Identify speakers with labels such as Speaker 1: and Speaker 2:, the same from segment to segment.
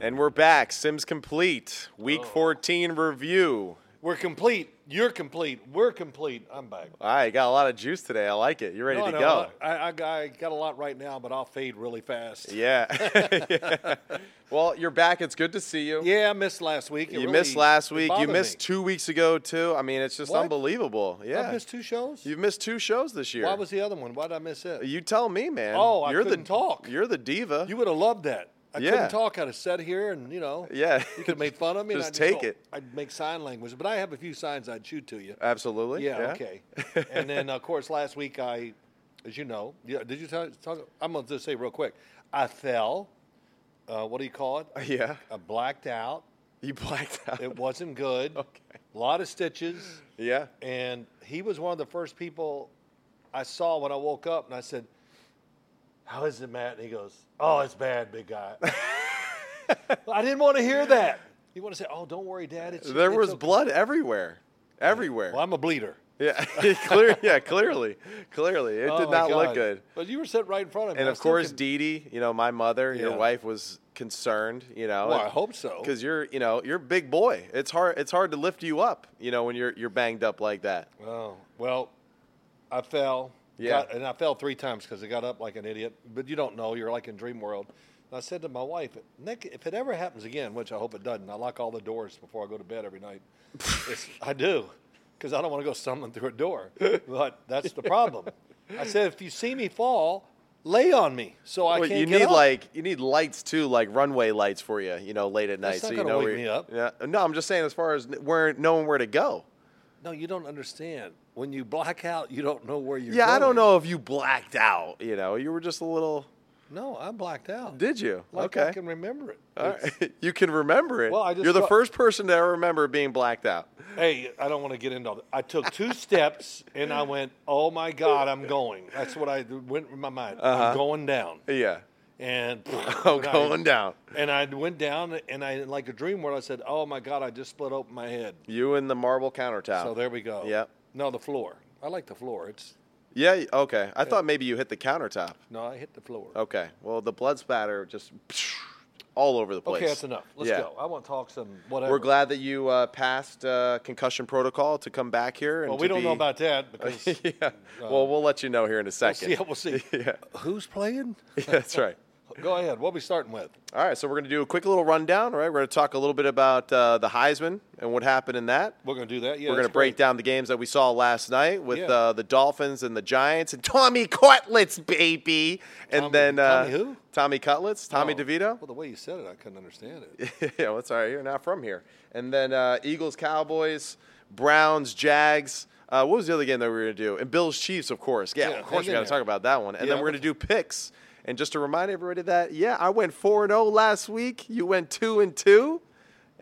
Speaker 1: And we're back. Sims complete.
Speaker 2: Oh.
Speaker 1: Week 14 review.
Speaker 2: We're complete. You're complete. We're complete. I'm back.
Speaker 1: All right, got a lot of juice today. I like it. You ready
Speaker 2: No,
Speaker 1: to
Speaker 2: no,
Speaker 1: go?
Speaker 2: I, I, I got a lot right now, but I'll fade really fast. Yeah,
Speaker 1: Yeah. Well, you're back. It's good to see you.
Speaker 2: I missed last week.
Speaker 1: You
Speaker 2: It really-
Speaker 1: missed last
Speaker 2: it
Speaker 1: week. You
Speaker 2: bothered
Speaker 1: missed
Speaker 2: me.
Speaker 1: two weeks ago too. I mean, it's just
Speaker 2: What?
Speaker 1: unbelievable. Yeah,
Speaker 2: I missed two shows.
Speaker 1: you've missed two shows this year.
Speaker 2: Why was the other one? Why did I miss it?
Speaker 1: you tell me, man.
Speaker 2: Oh, I
Speaker 1: you're the
Speaker 2: couldn't talk.
Speaker 1: You're the diva.
Speaker 2: You would have loved that. I
Speaker 1: Yeah.
Speaker 2: couldn't talk. I'd have sat here and, you know,
Speaker 1: yeah,
Speaker 2: you could have made fun of me. and
Speaker 1: Just
Speaker 2: I
Speaker 1: take
Speaker 2: don't-
Speaker 1: it.
Speaker 2: I'd make sign language, but I have a few signs I'd shoot to you.
Speaker 1: absolutely.
Speaker 2: Yeah, okay. and then, of course, last week I, as you know, yeah, did you talk? talk I'm going to just say real quick. I fell. Uh, what do you call it?
Speaker 1: Yeah,
Speaker 2: I uh, blacked out.
Speaker 1: you blacked out.
Speaker 2: It wasn't good.
Speaker 1: Okay.
Speaker 2: A lot of stitches.
Speaker 1: yeah,
Speaker 2: And he was one of the first people I saw when I woke up, and I said, "How is it, Matt?" And he goes, "Oh, it's bad, big guy." I didn't want to hear that. You want to say, "Oh, don't worry, Dad." It's
Speaker 1: there
Speaker 2: it's
Speaker 1: was
Speaker 2: okay."
Speaker 1: blood everywhere, everywhere.
Speaker 2: Well, I'm a bleeder.
Speaker 1: Yeah, clear. Yeah, clearly, clearly, it
Speaker 2: Oh,
Speaker 1: did
Speaker 2: my
Speaker 1: not look
Speaker 2: God.
Speaker 1: good.
Speaker 2: But you were sitting right in front of me.
Speaker 1: And
Speaker 2: I
Speaker 1: of
Speaker 2: still
Speaker 1: course,
Speaker 2: can-
Speaker 1: Dee Dee, you know, my mother, your
Speaker 2: Yeah.
Speaker 1: wife was concerned. You know,
Speaker 2: Well, Oh, I hope so.
Speaker 1: because you're, you know, you're a big boy. It's hard. It's hard to lift you up. You know, when you're you're banged up like that.
Speaker 2: Oh well, I fell.
Speaker 1: Yeah.
Speaker 2: got- and I fell three times because I got up like an idiot. But you don't know. You're like in dream world. And I said to my wife, Nick, if it ever happens again, which I hope it doesn't, I lock all the doors before I go to bed every night. It's- I do, because I don't want to go stumbling through a door. But that's the problem. I said, if you see me fall, lay on me so I
Speaker 1: Well,
Speaker 2: can't
Speaker 1: you
Speaker 2: get
Speaker 1: need
Speaker 2: up.
Speaker 1: like you need lights too, like runway lights for you. You know, late at night,
Speaker 2: That's
Speaker 1: so
Speaker 2: not
Speaker 1: you
Speaker 2: gonna
Speaker 1: know
Speaker 2: wake
Speaker 1: where.
Speaker 2: me up.
Speaker 1: Yeah, no, I'm just saying, as far as n- where knowing where to go.
Speaker 2: no, you don't understand. When you black out, you don't know where you're
Speaker 1: yeah, I don't
Speaker 2: going.
Speaker 1: know if you blacked out. You know, you were just a little.
Speaker 2: No, I blacked out.
Speaker 1: Did you?
Speaker 2: like
Speaker 1: okay.
Speaker 2: I can remember it.
Speaker 1: All right. You can remember it.
Speaker 2: Well, I just
Speaker 1: You're the
Speaker 2: thought-
Speaker 1: first person to ever remember being blacked out.
Speaker 2: hey, I don't want to get into all that. I took two steps and I went, oh my God, I'm going. That's what I went in my mind. I'm going down.
Speaker 1: Yeah.
Speaker 2: And
Speaker 1: Oh,
Speaker 2: and I-
Speaker 1: Uh-huh. going down.
Speaker 2: And I went down and I, like a dream world, I said, oh my God, I just split open my head.
Speaker 1: You and the marble countertop.
Speaker 2: So there we go.
Speaker 1: Yep.
Speaker 2: No, the floor. I like the floor. It's
Speaker 1: Yeah. y- Okay. I thought maybe you hit the countertop.
Speaker 2: no, I hit the floor.
Speaker 1: Okay. Well, the blood spatter just all over the place.
Speaker 2: Okay, that's enough. Let's
Speaker 1: Yeah.
Speaker 2: go. I want to talk some whatever.
Speaker 1: We're glad that you uh, passed uh, concussion protocol to come back here. And
Speaker 2: Well,
Speaker 1: to
Speaker 2: we don't
Speaker 1: be-
Speaker 2: know about that because we'll
Speaker 1: yeah. well, we'll let you know here in a
Speaker 2: see.
Speaker 1: second.
Speaker 2: We'll see.
Speaker 1: yeah.
Speaker 2: Who's playing?
Speaker 1: yeah. That's right.
Speaker 2: Go ahead. What are we starting with?
Speaker 1: All right. So we're going to do a quick little rundown. All right. We're going to talk a little bit about uh, the Heisman and what happened in that.
Speaker 2: We're going to do that. Yeah,
Speaker 1: We're going to
Speaker 2: that's
Speaker 1: break
Speaker 2: great.
Speaker 1: down the games that we saw last night with
Speaker 2: Yeah.
Speaker 1: uh, the Dolphins and the Giants and Tommy Cutlets, baby. And
Speaker 2: Tommy-
Speaker 1: then uh,
Speaker 2: Tommy who?
Speaker 1: Tommy Cutlets, Tommy
Speaker 2: Oh,
Speaker 1: DeVito.
Speaker 2: Well, the way you said it, I couldn't understand it.
Speaker 1: yeah, well, sorry, you're not from here. And then uh, Eagles, Cowboys, Browns, Jags. Uh, what was the other game that we were going to do? And Bills, Chiefs, of course. Yeah,
Speaker 2: Yeah,
Speaker 1: of course we
Speaker 2: hang in
Speaker 1: got to
Speaker 2: there.
Speaker 1: talk about that one. And
Speaker 2: Yeah,
Speaker 1: then we're going
Speaker 2: what-
Speaker 1: to do picks. And just to remind everybody that, yeah, I went 4 and 0 last week. You went 2 and 2.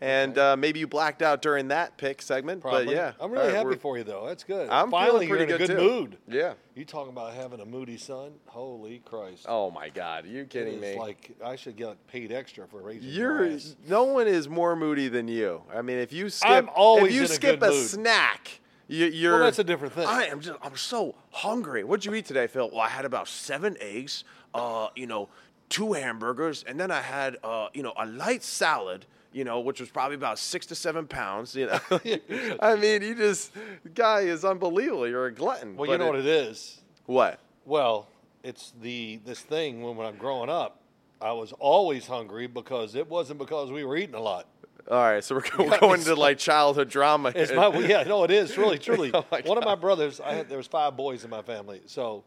Speaker 1: And uh, maybe you blacked out during that pick segment. But
Speaker 2: Probably.
Speaker 1: yeah.
Speaker 2: I'm really
Speaker 1: All right,
Speaker 2: happy
Speaker 1: we're-
Speaker 2: for you though. That's good.
Speaker 1: I'm
Speaker 2: finally
Speaker 1: feeling pretty
Speaker 2: you're in a good,
Speaker 1: too.
Speaker 2: mood.
Speaker 1: Yeah.
Speaker 2: You talking about having a moody son? Holy Christ!
Speaker 1: Oh my God, are you
Speaker 2: It
Speaker 1: kidding
Speaker 2: is
Speaker 1: me?
Speaker 2: like I should get paid extra for raising your
Speaker 1: You're
Speaker 2: ass.
Speaker 1: no one is more moody than you. I mean, if you skip,
Speaker 2: I'm always
Speaker 1: if you
Speaker 2: in a
Speaker 1: skip
Speaker 2: good
Speaker 1: a
Speaker 2: mood.
Speaker 1: snack, you, you're.
Speaker 2: that's a different thing.
Speaker 1: I am just. I'm so hungry. What'd you eat today, Phil?
Speaker 3: Well, I had about seven eggs, uh, you know, two hamburgers, and then I had, uh, you know, a light salad, you know, which was probably about six to seven pounds, you know.
Speaker 1: I mean, you just guy is unbelievable. You're a glutton.
Speaker 2: Well, you
Speaker 1: but
Speaker 2: know what it is.
Speaker 1: What?
Speaker 2: Well, it's the this thing when when I'm growing up, I was always hungry because it wasn't because we were eating a lot.
Speaker 1: All right, so we're, go- we're
Speaker 2: got
Speaker 1: going
Speaker 2: me
Speaker 1: to like childhood drama.
Speaker 2: It's
Speaker 1: here.
Speaker 2: my yeah, no, it is really truly.
Speaker 1: Oh,
Speaker 2: One
Speaker 1: my
Speaker 2: of my brothers, I had there was five boys in my family, so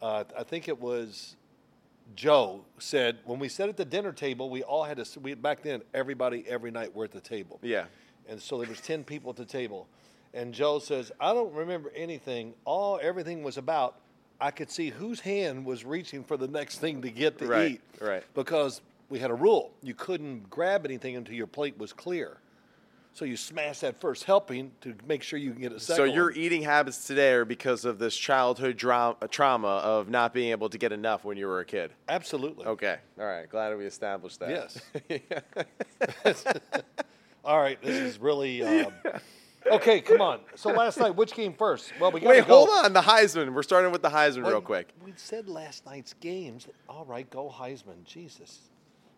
Speaker 2: uh, I think it was Joe said when we sat at the dinner table, we all had to s- we back then everybody every night were at the table,
Speaker 1: yeah.
Speaker 2: and so there was ten people at the table, and Joe says I don't remember anything. All everything was about I could see whose hand was reaching for the next thing to get to
Speaker 1: Right,
Speaker 2: eat,
Speaker 1: right.
Speaker 2: Because we had a rule you couldn't grab anything until your plate was clear. So you smash that first helping to make sure you can get a second.
Speaker 1: So your
Speaker 2: one.
Speaker 1: eating habits today are because of this childhood dra- trauma of not being able to get enough when you were a kid.
Speaker 2: absolutely
Speaker 1: Okay. All right. Glad we established that.
Speaker 2: Yes. All right, this is really um, okay. Come on. So last night, which game first? Well, we gotta
Speaker 1: Wait,
Speaker 2: go.
Speaker 1: hold on. The Heisman. We're starting with the Heisman real
Speaker 2: Wait,
Speaker 1: quick.
Speaker 2: We said last night's games. All right, go Heisman. Jesus.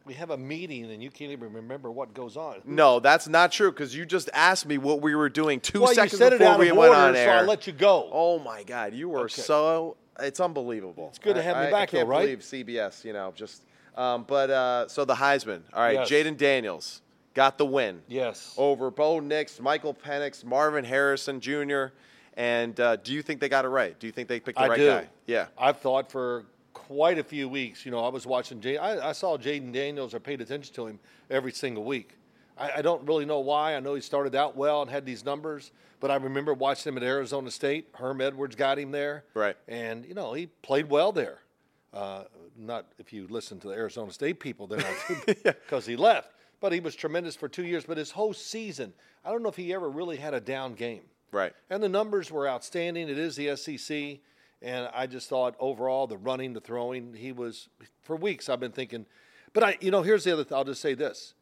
Speaker 2: we have a meeting and you can't even remember what goes on.
Speaker 1: No, that's not true because you just asked me what we were doing two
Speaker 2: well,
Speaker 1: seconds
Speaker 2: you said it
Speaker 1: before
Speaker 2: out
Speaker 1: we
Speaker 2: of
Speaker 1: went
Speaker 2: order,
Speaker 1: on air.
Speaker 2: so I let you go.
Speaker 1: Oh my God, you were
Speaker 2: Okay.
Speaker 1: so. It's unbelievable. It's
Speaker 2: good to
Speaker 1: I,
Speaker 2: have you
Speaker 1: I-
Speaker 2: back,
Speaker 1: I
Speaker 2: though,
Speaker 1: can't
Speaker 2: right?
Speaker 1: believe CBS. You know, just. Um, but uh, so the Heisman. All right,
Speaker 2: Yes.
Speaker 1: Jaden Daniels got the win.
Speaker 2: Yes.
Speaker 1: Over Bo Nix, Michael Penix, Marvin Harrison Jr. And uh, do you think they got it right? Do you think they picked the
Speaker 2: I
Speaker 1: right
Speaker 2: do.
Speaker 1: guy? Yeah.
Speaker 2: I've thought for quite a few weeks. You know, I was watching. Jay, I, I saw Jaden Daniels. I paid attention to him every single week. I, I don't really know why. I know he started out well and had these numbers, but I remember watching him at Arizona State. Herm Edwards got him there,
Speaker 1: Right.
Speaker 2: And you know, he played well there. Uh, not if you listen to the Arizona State people, then because he left. But he was tremendous for two years. But his whole season, I don't know if he ever really had a down game.
Speaker 1: Right.
Speaker 2: And the numbers were outstanding. It is the SEC. And I just thought overall, the running, the throwing, he was, for weeks, I've been thinking. But I, you know, here's the other thing. I'll just say this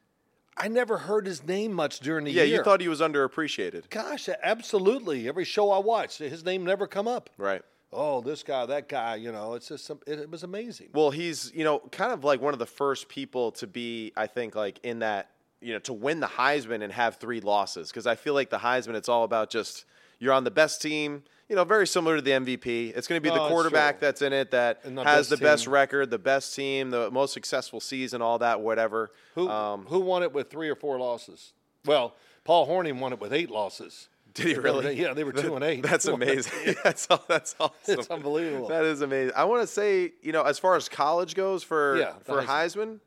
Speaker 2: I never heard his name much during the
Speaker 1: Yeah,
Speaker 2: year.
Speaker 1: you thought he was underappreciated.
Speaker 2: Gosh, absolutely. Every show I watched, his name never come up.
Speaker 1: Right.
Speaker 2: Oh, this guy, that guy, you know, it's just, some, it, it was amazing.
Speaker 1: Well, he's you know kind of like one of the first people to be, I think, like in that you know to win the Heisman and have three losses because I feel like the Heisman it's all about just you're on the best team. You know, very similar to the MVP. It's going to be
Speaker 2: No,
Speaker 1: the
Speaker 2: Oh, it's
Speaker 1: quarterback
Speaker 2: true.
Speaker 1: that's in it that
Speaker 2: And the
Speaker 1: has
Speaker 2: best
Speaker 1: the best
Speaker 2: team.
Speaker 1: record, the best team, the most successful season, all that, whatever. Um,
Speaker 2: Who, who won it with three or four losses? Well, Paul Horning won it with eight losses.
Speaker 1: Did he really?
Speaker 2: Yeah, they were two and eight.
Speaker 1: That's amazing. that's all, that's awesome.
Speaker 2: It's unbelievable.
Speaker 1: That is amazing. I want to say, you know, as far as college goes for
Speaker 2: Yeah, the
Speaker 1: for
Speaker 2: Heisman.
Speaker 1: Heisman,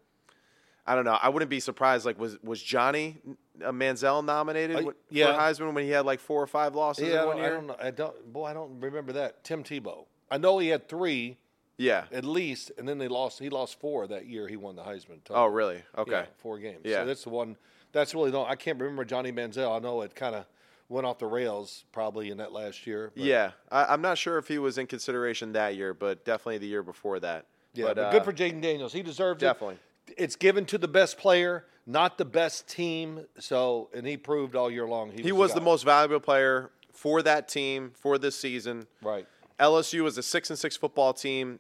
Speaker 1: I don't know. I wouldn't be surprised. Like, was was Johnny uh, Manziel nominated
Speaker 2: Uh,
Speaker 1: wi-
Speaker 2: yeah.
Speaker 1: for Heisman when he had like four or five losses
Speaker 2: Yeah, I
Speaker 1: in one
Speaker 2: don't, I
Speaker 1: year?
Speaker 2: don't know. I don't. Boy, I don't remember that. Tim Tebow. I know he had three
Speaker 1: Yeah.
Speaker 2: at least, and then they lost. He lost four that year. He won the Heisman. total.
Speaker 1: Oh, really? Okay.
Speaker 2: Yeah, four games.
Speaker 1: Yeah.
Speaker 2: so that's the one. That's really the. I can't remember Johnny Manziel. I know it kind of went off the rails probably in that last year. but-
Speaker 1: Yeah. I, I'm not sure if he was in consideration that year, but definitely the year before that.
Speaker 2: yeah.
Speaker 1: But,
Speaker 2: But,
Speaker 1: uh,
Speaker 2: good for Jaden Daniels. He deserved it.
Speaker 1: definitely.
Speaker 2: It's given to the best player, not the best team. So, and he proved all year long he,
Speaker 1: He was the
Speaker 2: guy.
Speaker 1: most valuable player for that team for this season.
Speaker 2: right.
Speaker 1: LSU is a six and six football team,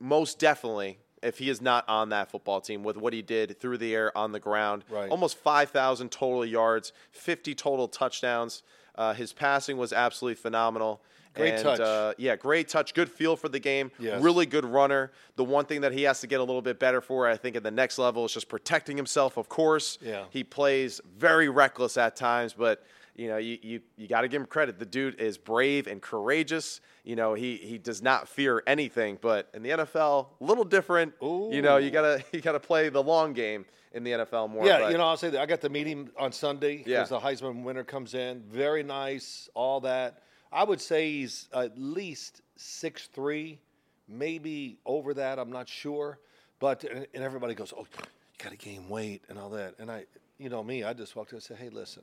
Speaker 1: most definitely. If he is not on that football team with what he did through the air, on the ground,
Speaker 2: Right.
Speaker 1: almost 5,000 total yards, 50 total touchdowns. Uh, his passing was absolutely phenomenal.
Speaker 2: Great
Speaker 1: And,
Speaker 2: touch.
Speaker 1: Uh, yeah, great touch. Good feel for the game.
Speaker 2: Yes.
Speaker 1: Really good runner. The one thing that he has to get a little bit better for, I think, at the next level is just protecting himself, of course.
Speaker 2: Yeah.
Speaker 1: He plays very reckless at times, but you know, you you, you got to give him credit. The dude is brave and courageous. You know, he he does not fear anything. But in the NFL, a little different. You know, you gotta you gotta play the long game in the NFL more.
Speaker 2: Yeah,
Speaker 1: but-
Speaker 2: you know, I'll say that I got to meet him on Sunday because
Speaker 1: Yeah.
Speaker 2: the Heisman winner comes in. Very nice, all that. I would say he's at least six three, maybe over that. I'm not sure, but and and everybody goes, "Oh, you got to gain weight and all that." And I, you know, me, I just walked in and said, "Hey, listen,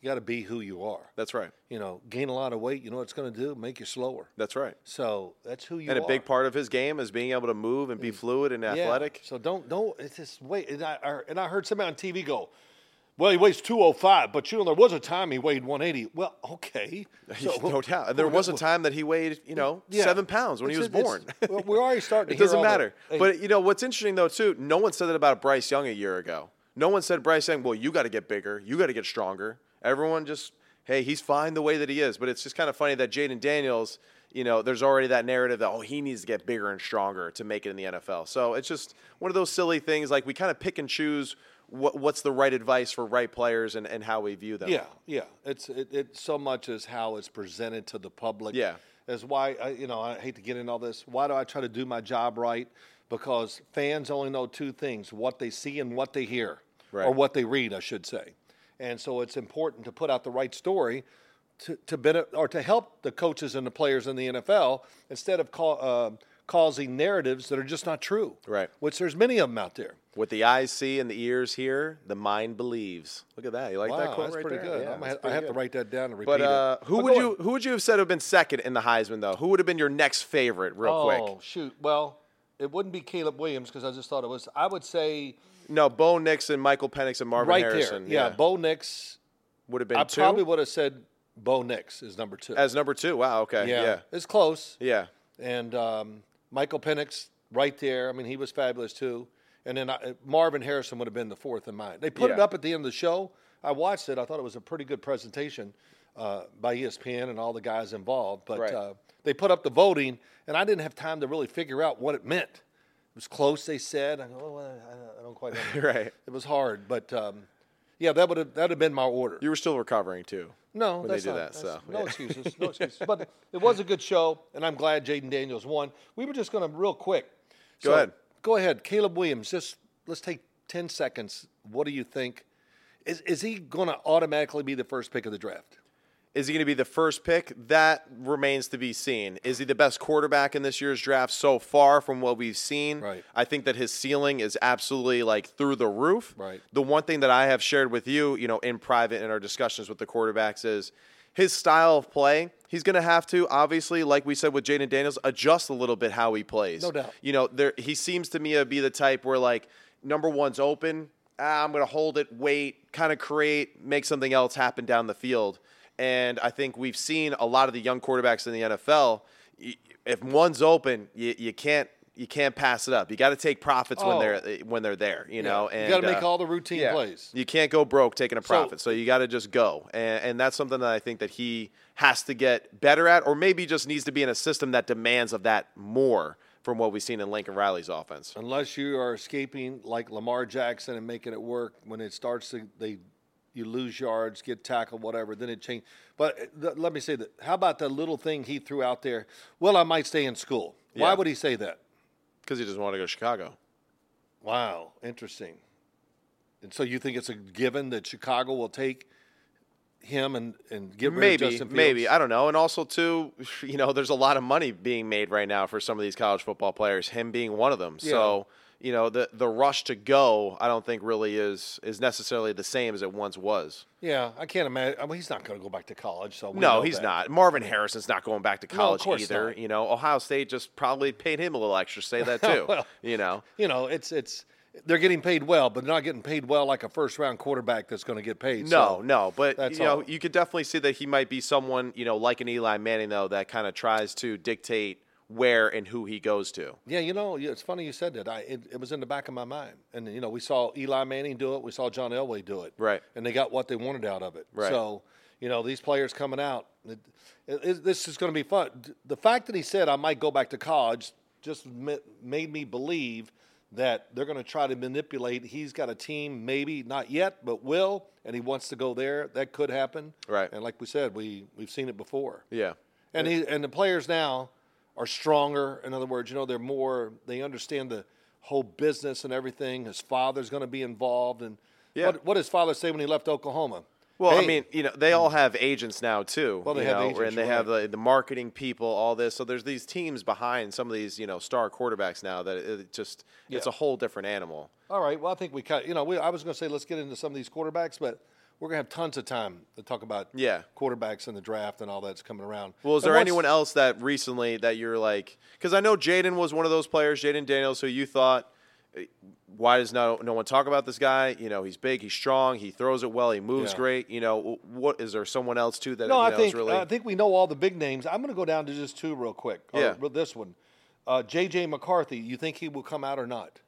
Speaker 2: you got to be who you are.
Speaker 1: that's right.
Speaker 2: You know, gain a lot of weight. You know what it's going to do? Make you slower.
Speaker 1: That's right.
Speaker 2: So that's who you
Speaker 1: And
Speaker 2: are."
Speaker 1: a big part of his game is being able to move and be fluid and
Speaker 2: Mm. Yeah.
Speaker 1: athletic.
Speaker 2: So don't don't. It's just wait. And I, I and I heard somebody on TV go, "Well, he weighs two hundred five, but you know there was a time he weighed one eighty. Well, okay, So-
Speaker 1: no doubt. And there was a time that he weighed, you know,
Speaker 2: Yeah.
Speaker 1: seven pounds when he was
Speaker 2: It's-
Speaker 1: born.
Speaker 2: it's- well, we're already starting.
Speaker 1: It
Speaker 2: to hear
Speaker 1: doesn't
Speaker 2: all the-
Speaker 1: matter.
Speaker 2: Hey,
Speaker 1: But you know what's interesting though too? No one said that about Bryce Young a year ago. No one said Bryce Young. Well, you got to get bigger. You got to get stronger. Everyone just hey, he's fine the way that he is. But it's just kind of funny that Jaden Daniels. You know, there's already that narrative that oh, he needs to get bigger and stronger to make it in the NFL. So it's just one of those silly things. Like we kind of pick and choose what, what's the right advice for right players and, and how we view them.
Speaker 2: yeah, yeah. It's it, it so much as how it's presented to the public.
Speaker 1: Yeah.
Speaker 2: That's why I, you know I hate to get into all this. Why do I try to do my job right? Because fans only know two things: what they see and what they hear,
Speaker 1: Right.
Speaker 2: or what they read, I should say. And so it's important to put out the right story to to benefit or to help the coaches and the players in the NFL instead of cau- uh, causing narratives that are just not true.
Speaker 1: Right.
Speaker 2: Which there's many of them out there.
Speaker 1: What the eyes see and the ears hear, the mind believes. Look at that. You like that
Speaker 2: Wow,
Speaker 1: quote
Speaker 2: that's
Speaker 1: right
Speaker 2: pretty
Speaker 1: there?
Speaker 2: good.
Speaker 1: Yeah,
Speaker 2: I'm gonna
Speaker 1: that's
Speaker 2: ha- I
Speaker 1: pretty
Speaker 2: have to
Speaker 1: good.
Speaker 2: write that down and repeat
Speaker 1: But uh,
Speaker 2: it.
Speaker 1: who
Speaker 2: But
Speaker 1: would
Speaker 2: go
Speaker 1: you
Speaker 2: ahead.
Speaker 1: who would you have said would have been second in the Heisman though? Who would have been your next favorite? Real
Speaker 2: Oh
Speaker 1: quick.
Speaker 2: shoot! Well, it wouldn't be Caleb Williams because I just thought it was. I would say
Speaker 1: No, Bo Nix and Michael Penix and Marvin
Speaker 2: right
Speaker 1: Harrison.
Speaker 2: there. Yeah, Bo Nix.
Speaker 1: would have been
Speaker 2: I
Speaker 1: two
Speaker 2: probably would have said Bo Nix is number two.
Speaker 1: as number two. Wow. Okay.
Speaker 2: yeah,
Speaker 1: Yeah.
Speaker 2: it's close.
Speaker 1: Yeah.
Speaker 2: And um, Michael Penix right there. I mean, he was fabulous too. And then I, Marvin Harrison would have been the fourth in mine. They put it
Speaker 1: Yeah.
Speaker 2: up at the end of the show. I watched it. I thought it was a pretty good presentation uh, by ESPN and all the guys involved. But
Speaker 1: Right.
Speaker 2: uh, they put up the voting, and I didn't have time to really figure out what it meant. It was close, they said. I go, oh, well, I- I don't quite. Understand.
Speaker 1: Right.
Speaker 2: It was hard, but um, yeah, that would have that would have been my order.
Speaker 1: You were still recovering too.
Speaker 2: No,
Speaker 1: when
Speaker 2: that's
Speaker 1: they did
Speaker 2: not,
Speaker 1: that.
Speaker 2: that's-
Speaker 1: So
Speaker 2: no excuses, no excuses. But it was a good show, and I'm glad Jaden Daniels won. We were just going to real quick.
Speaker 1: Go ahead.
Speaker 2: Go ahead, Caleb Williams. Just let's take ten seconds. What do you think? Is is he going to automatically be the first pick of the draft?
Speaker 1: Is he going to be the first pick? That remains to be seen. Is he the best quarterback in this year's draft so far from what we've seen?
Speaker 2: Right.
Speaker 1: I think that his ceiling is absolutely like through the roof.
Speaker 2: Right.
Speaker 1: The one thing that I have shared with you, you know, in private in our discussions with the quarterbacks is his style of play. He's going to have to obviously, like we said with Jaden Daniels, adjust a little bit how he plays.
Speaker 2: No doubt.
Speaker 1: You know, there he seems to me to be the type where like number one's open. Ah, I'm going to hold it, wait, kind of create, make something else happen down the field. And I think we've seen a lot of the young quarterbacks in the NFL. y- If one's open, you, you can't you can't pass it up. You got to take profits when
Speaker 2: Oh.
Speaker 1: they're when they're there. You know,
Speaker 2: you
Speaker 1: and
Speaker 2: got to make
Speaker 1: uh,
Speaker 2: all the routine plays.
Speaker 1: you can't go broke taking a profit, so, you got to just go, and, and that's something that I think that he has to get better at, or maybe just needs to be in a system that demands of that more from what we've seen in Lincoln Riley's offense.
Speaker 2: Unless you are escaping like Lamar Jackson and making it work. When it starts, to, they you lose yards, get tackled, whatever. Then it changes. But uh, th- let me say that. How about that little thing he threw out there? Well, I might stay in school. Why
Speaker 1: Yeah.
Speaker 2: would he say that?
Speaker 1: Because he doesn't want to go to Chicago.
Speaker 2: Wow, interesting. And so you think it's a given that Chicago will take him and and get rid of
Speaker 1: Maybe,
Speaker 2: Justin Fields?
Speaker 1: maybe I don't know. And also, too, you know, there's a lot of money being made right now for some of these college football players. Him being one of them. So you know, the the rush to go, I don't think really is is necessarily the same as it once was.
Speaker 2: Yeah, I can't imagine. I mean, he's not going to go back to college. So we
Speaker 1: No,
Speaker 2: know
Speaker 1: he's
Speaker 2: that.
Speaker 1: not. Marvin Harrison's not going back to college
Speaker 2: course
Speaker 1: either.
Speaker 2: not.
Speaker 1: You know, Ohio State just probably paid him a little extra. Say that too.
Speaker 2: Well.
Speaker 1: you know,
Speaker 2: you know, it's it's they're getting paid well, but not getting paid well like a first round quarterback that's going to get paid.
Speaker 1: no,
Speaker 2: So,
Speaker 1: no, but
Speaker 2: that's
Speaker 1: you know,
Speaker 2: all.
Speaker 1: you could definitely see that he might be someone you know like an Eli Manning though that kind of tries to dictate where and who he goes to.
Speaker 2: Yeah, you know, yeah, it's funny you said that. I it, it was in the back of my mind, and you know, we saw Eli Manning do it, we saw John Elway do it,
Speaker 1: Right.
Speaker 2: And they got what they wanted out of it.
Speaker 1: Right.
Speaker 2: So, you know, these players coming out, it, it, it- this is going to be fun. D- The fact that he said I might go back to college just ma- made me believe that they're going to try to manipulate. He's got a team, maybe not yet, but will, and he wants to go there. That could happen,
Speaker 1: Right.
Speaker 2: And like we said, we we've seen it before.
Speaker 1: Yeah,
Speaker 2: And he and the players now are stronger. In other words, you know, they're more. They understand the whole business and everything. His father's going to be involved, and
Speaker 1: Yeah.
Speaker 2: what, what did his father say when he left Oklahoma?
Speaker 1: Well, I
Speaker 2: Hey,
Speaker 1: mean, you know, they all have agents now too.
Speaker 2: Well, they
Speaker 1: you
Speaker 2: have
Speaker 1: know,
Speaker 2: agents,
Speaker 1: and they
Speaker 2: you're
Speaker 1: have uh, the, the marketing people, all this. So there's these teams behind some of these, you know, star quarterbacks now that it, it just it's a whole different animal.
Speaker 2: all right. Well, I think we kind. You know, we, I was going to say let's get into some of these quarterbacks, but we're going to have tons of time to talk about
Speaker 1: Yeah.
Speaker 2: quarterbacks and the draft and all that's coming around.
Speaker 1: Well, is
Speaker 2: And
Speaker 1: there
Speaker 2: once-
Speaker 1: anyone else that recently that you're like? Because I know Jaden was one of those players, Jaden Daniels, who you thought, eh, why does no no one talk about this guy? You know, he's big, he's strong, he throws it well, he moves
Speaker 2: Yeah.
Speaker 1: great. You know, w- what is there someone else too that
Speaker 2: No,
Speaker 1: you
Speaker 2: I
Speaker 1: know,
Speaker 2: think uh,
Speaker 1: is really
Speaker 2: I think we know all the big names. I'm going to go down to just two real quick. or
Speaker 1: Yeah.
Speaker 2: re- this one, uh, J.J. McCarthy. You think he will come out or not?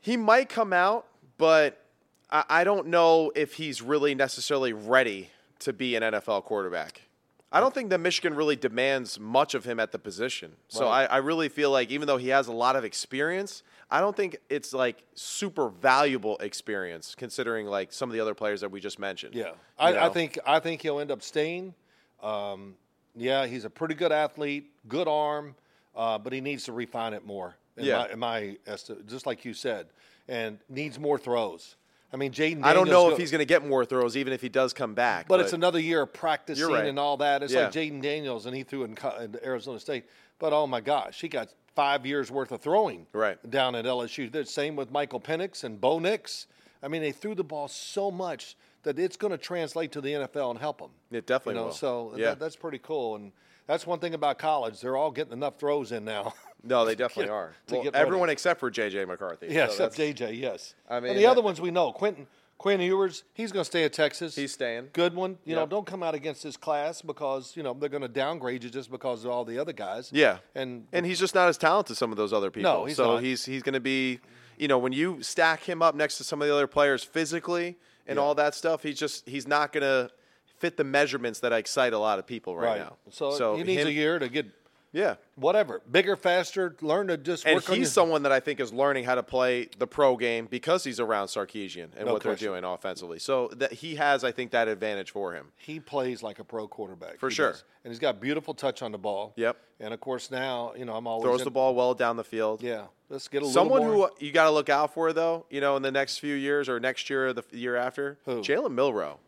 Speaker 1: he might come out, but I, I don't know if he's really necessarily ready to be an NFL quarterback. I don't think that Michigan really demands much of him at the position. So I, I really feel like even though he has a lot of experience, I don't think it's like super valuable experience considering like some of the other players that we just mentioned.
Speaker 2: Yeah, I,
Speaker 1: You
Speaker 2: I
Speaker 1: know?
Speaker 2: think I think he'll end up staying. Um, yeah, he's a pretty good athlete, good arm, uh, but he needs to refine it more. In
Speaker 1: Yeah.
Speaker 2: my, in my estimate, just like you said, and needs more throws. I mean, Jaden.
Speaker 1: I don't
Speaker 2: Daniels
Speaker 1: know
Speaker 2: go-
Speaker 1: if he's going to get more throws, even if he does come back.
Speaker 2: But, it's another year of practicing
Speaker 1: right.
Speaker 2: and all that. It's like
Speaker 1: Yeah.
Speaker 2: Jaden Daniels, and he threw in, co- in Arizona State. But oh my gosh, he got five years worth of throwing
Speaker 1: Right.
Speaker 2: down at LSU. The same with Michael Penix and Bo Nix. I mean, they threw the ball so much that it's going to translate to the NFL and help them.
Speaker 1: It definitely
Speaker 2: you know,
Speaker 1: will.
Speaker 2: So
Speaker 1: Yeah.
Speaker 2: that, that's pretty cool. And that's one thing about college; they're all getting enough throws in now.
Speaker 1: no, they definitely are.
Speaker 2: to
Speaker 1: Well,
Speaker 2: get ready.
Speaker 1: everyone except for JJ McCarthy.
Speaker 2: yeah,
Speaker 1: So
Speaker 2: except
Speaker 1: that's-
Speaker 2: JJ. Yes.
Speaker 1: I
Speaker 2: And
Speaker 1: mean,
Speaker 2: the other
Speaker 1: that-
Speaker 2: ones we know. Quentin Quinn Ewers, he's going to stay at Texas.
Speaker 1: He's staying.
Speaker 2: Good one. You know,
Speaker 1: Yep.
Speaker 2: don't come out against his class because, you know, they're going to downgrade you just because of all the other guys.
Speaker 1: Yeah,
Speaker 2: And,
Speaker 1: and he's just not as talented as some of those other people.
Speaker 2: No, he's
Speaker 1: so
Speaker 2: not.
Speaker 1: he's he's going to be, you know, when you stack him up next to some of the other players physically and all that stuff, he's just he's not going to fit the measurements that excite a lot of people right,
Speaker 2: right.
Speaker 1: now.
Speaker 2: So, he needs
Speaker 1: him-
Speaker 2: a year to get
Speaker 1: Yeah,
Speaker 2: whatever, bigger, faster, learn to just
Speaker 1: and
Speaker 2: work on
Speaker 1: he's
Speaker 2: your-
Speaker 1: someone that I think is learning how to play the pro game because he's around Sarkeesian and
Speaker 2: No
Speaker 1: what
Speaker 2: question.
Speaker 1: they're doing offensively. So that he has, I think, that advantage for him.
Speaker 2: he plays like a pro quarterback.
Speaker 1: For
Speaker 2: He
Speaker 1: sure.
Speaker 2: does. And he's got beautiful touch on the ball.
Speaker 1: Yep.
Speaker 2: And, of course, now, you know, I'm always.
Speaker 1: Throws
Speaker 2: in-
Speaker 1: the ball well down the field.
Speaker 2: Yeah. Let's get a
Speaker 1: Someone
Speaker 2: little more.
Speaker 1: who uh, you got to look out for, though, you know, in the next few years or next year or the f- year after,
Speaker 2: Who?
Speaker 1: Jalen Milrow.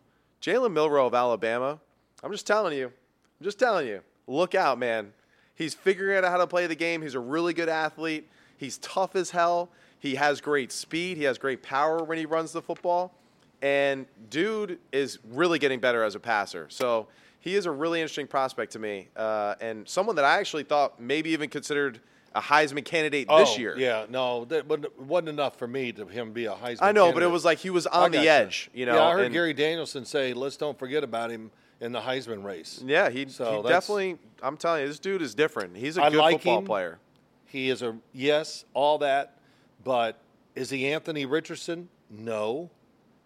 Speaker 1: Jalen Milrow of Alabama. I'm just telling you. I'm just telling you. Look out, man. He's figuring out how to play the game. He's a really good athlete. He's tough as hell. He has great speed. He has great power when he runs the football. And dude is really getting better as a passer. So he is a really interesting prospect to me, uh, and someone that I actually thought maybe even considered a Heisman candidate uh, this
Speaker 2: Oh,
Speaker 1: year.
Speaker 2: Yeah, no, that wasn't, wasn't enough for me to him be a Heisman.
Speaker 1: I know, but it
Speaker 2: candidate.
Speaker 1: was like he was
Speaker 2: I
Speaker 1: on the
Speaker 2: gotcha.
Speaker 1: edge, you know.
Speaker 2: Yeah, I heard
Speaker 1: and-
Speaker 2: Gary Danielson say, "Let's don't forget about him in the Heisman race."
Speaker 1: Yeah, he,
Speaker 2: So
Speaker 1: he
Speaker 2: that's-
Speaker 1: definitely. I'm telling you, this dude is different. He's a
Speaker 2: I
Speaker 1: good
Speaker 2: like
Speaker 1: football
Speaker 2: him.
Speaker 1: player.
Speaker 2: He is a yes, all that, but is he Anthony Richardson? No,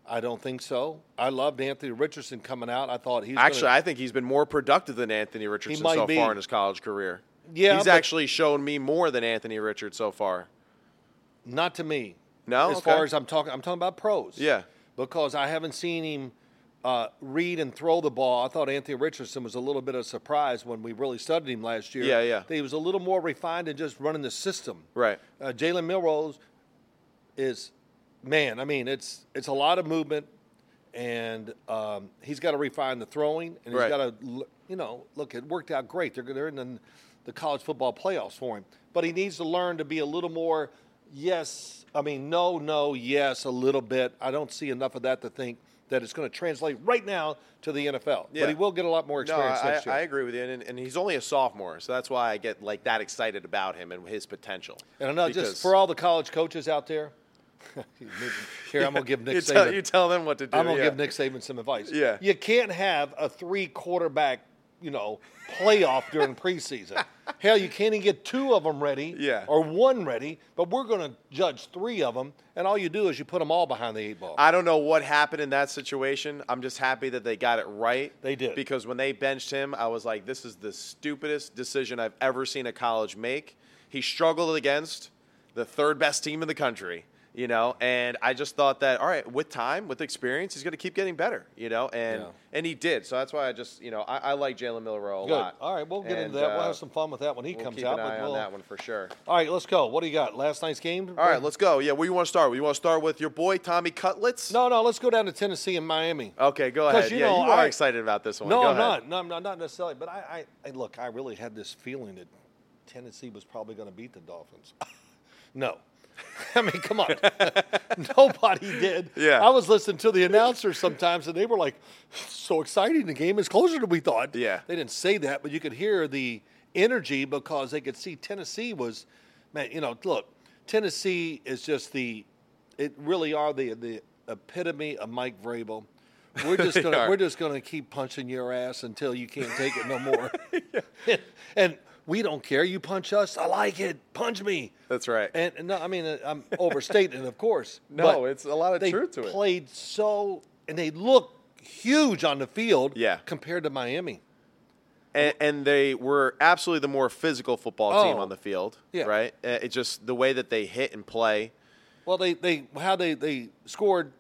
Speaker 2: I don't think so. I loved Anthony Richardson coming out. I thought he's
Speaker 1: Actually,
Speaker 2: Gonna,
Speaker 1: I think he's been more productive than Anthony Richardson
Speaker 2: might
Speaker 1: so
Speaker 2: be.
Speaker 1: far in his college career.
Speaker 2: Yeah,
Speaker 1: he's
Speaker 2: but-
Speaker 1: actually shown me more than Anthony Richards so far.
Speaker 2: not to me.
Speaker 1: No?
Speaker 2: as
Speaker 1: Okay.
Speaker 2: far as I'm talking, I'm talking about pros.
Speaker 1: Yeah.
Speaker 2: because I haven't seen him. Uh, read and throw the ball. I thought Anthony Richardson was a little bit of a surprise when we really studied him last year.
Speaker 1: Yeah, yeah.
Speaker 2: That he was a little more refined in just running the system.
Speaker 1: Right.
Speaker 2: Uh, Jalen Milrose is, man, I mean, it's it's a lot of movement, and um, he's got to refine the throwing, and he's
Speaker 1: Right.
Speaker 2: got to, you know, look, it worked out great. They're they're in the, the college football playoffs for him, but he needs to learn to be a little more. Yes, I mean, no, no, yes, a little bit. I don't see enough of that to think that it's going to translate right now to the NFL.
Speaker 1: Yeah.
Speaker 2: But he will get a lot more
Speaker 1: No,
Speaker 2: experience
Speaker 1: I,
Speaker 2: next
Speaker 1: I,
Speaker 2: year.
Speaker 1: I agree with you, and, and he's only a sophomore, so that's why I get like that excited about him and his potential.
Speaker 2: and I know
Speaker 1: Because-
Speaker 2: just for all the college coaches out there, here I'm gonna give Nick
Speaker 1: you
Speaker 2: Saban.
Speaker 1: tell, you tell them what to do.
Speaker 2: I'm gonna
Speaker 1: yeah.
Speaker 2: give Nick Saban some advice.
Speaker 1: Yeah.
Speaker 2: you can't have a three quarterback, you know, playoff during preseason. Hell, you can't even get two of them ready,
Speaker 1: Yeah.
Speaker 2: or one ready. But we're gonna judge three of them, and all you do is you put them all behind the eight ball.
Speaker 1: I don't know what happened in that situation. I'm just happy that they got it right.
Speaker 2: They did.
Speaker 1: Because when they benched him, I was like, this is the stupidest decision I've ever seen a college make. He struggled against the third best team in the country, you know, and I just thought that, all right, with time, with experience, he's going to keep getting better, you know, and
Speaker 2: Yeah.
Speaker 1: and he did. So that's why I just, you know, I, I like Jalen Milrow a
Speaker 2: Good.
Speaker 1: lot.
Speaker 2: All right, we'll get
Speaker 1: And,
Speaker 2: into that. we'll
Speaker 1: uh,
Speaker 2: have some fun with that when he
Speaker 1: we'll
Speaker 2: comes
Speaker 1: keep
Speaker 2: out.
Speaker 1: an
Speaker 2: but
Speaker 1: eye
Speaker 2: we'll-
Speaker 1: on that one for sure.
Speaker 2: All right, let's go. What do you got? Last night's game.
Speaker 1: All right, let's go. Yeah, where you want to start? You want to start with your boy Tommy Cutlets?
Speaker 2: No, no, let's go down to Tennessee and Miami.
Speaker 1: Okay, go
Speaker 2: 'Cause
Speaker 1: ahead.
Speaker 2: you
Speaker 1: yeah,
Speaker 2: know,
Speaker 1: you are
Speaker 2: I-
Speaker 1: excited about this one.
Speaker 2: No,
Speaker 1: Go ahead.
Speaker 2: I'm not. No, I'm not, not necessarily. But I, I, I, look, I really had this feeling that Tennessee was probably going to beat the Dolphins. no. I mean, come on. Nobody did.
Speaker 1: Yeah.
Speaker 2: I was listening to the announcers sometimes, and they were like, so exciting. The game is closer than we thought.
Speaker 1: Yeah.
Speaker 2: They didn't say that, but you could hear the energy because they could see Tennessee was, man, you know, look, Tennessee is just the, it really are the, the epitome of Mike Vrabel. We're just
Speaker 1: They
Speaker 2: gonna
Speaker 1: are.
Speaker 2: we're just gonna keep punching your ass until you can't take it no more. and we don't care. You punch us, I like it. Punch me.
Speaker 1: That's right.
Speaker 2: And, and no, I mean uh, I'm overstating, of course.
Speaker 1: No,
Speaker 2: but
Speaker 1: it's a lot of
Speaker 2: they
Speaker 1: truth to it.
Speaker 2: Played so, and they look huge on the field.
Speaker 1: Yeah.
Speaker 2: compared to Miami.
Speaker 1: and, and they were absolutely the more physical football team
Speaker 2: Oh.
Speaker 1: on the field,
Speaker 2: Yeah.
Speaker 1: right? Uh, It's just the way that they hit and play.
Speaker 2: Well, they they how they they scored.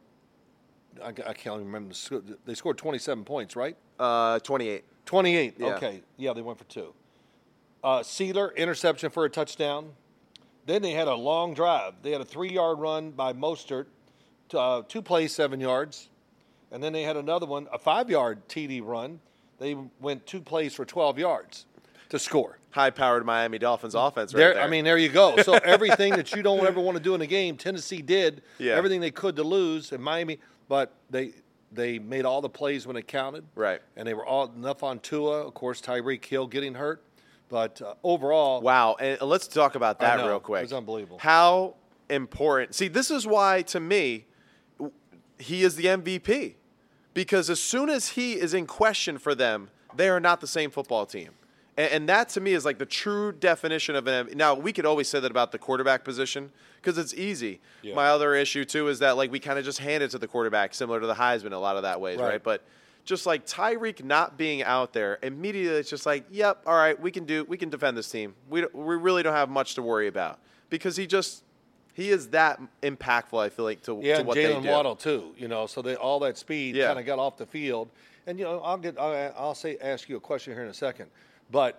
Speaker 2: I, I can't even remember. the sco- They scored 27 points, right?
Speaker 1: Uh, 28.
Speaker 2: 28.
Speaker 1: Yeah.
Speaker 2: Okay. Yeah, they went for two. Uh, Sealer, interception for a touchdown. Then they had a long drive. They had a three yard run by Mostert, to, uh, two plays, seven yards. And then they had another one, a five yard TD run. They went two plays for 12 yards to score.
Speaker 1: High powered Miami Dolphins offense right
Speaker 2: There,
Speaker 1: there.
Speaker 2: I mean, there you go. So everything that you don't ever want to do in a game, Tennessee did
Speaker 1: Yeah.
Speaker 2: everything they could to lose, and Miami, but they they made all the plays when it counted.
Speaker 1: Right.
Speaker 2: And they were all enough on Tua. Of course, Tyreek Hill getting hurt, but uh, overall,
Speaker 1: Wow. And and let's talk about that
Speaker 2: know.
Speaker 1: real
Speaker 2: It
Speaker 1: quick.
Speaker 2: was unbelievable.
Speaker 1: How important. See, this is why, to me, w- he is the MVP because as soon as he is in question for them, they are not the same football team. And, and that to me is like the true definition of an. M- Now we could always say that about the quarterback position because it's easy.
Speaker 2: Yeah.
Speaker 1: My other issue too is that like we kind of just hand it to the quarterback, similar to the Heisman a lot of that ways,
Speaker 2: Right.
Speaker 1: right? But just like Tyreek not being out there, immediately it's just like, yep, all right, we can do, we can defend this team. We don't- we really don't have much to worry about because he just he is that impactful. I feel like to
Speaker 2: Yeah,
Speaker 1: to
Speaker 2: and
Speaker 1: what they
Speaker 2: Jalen
Speaker 1: do.
Speaker 2: Waddle too. You know, so they all that speed
Speaker 1: Yeah.
Speaker 2: kind of got off the field. And you know, I'll get I'll, I'll say ask you a question here in a second, but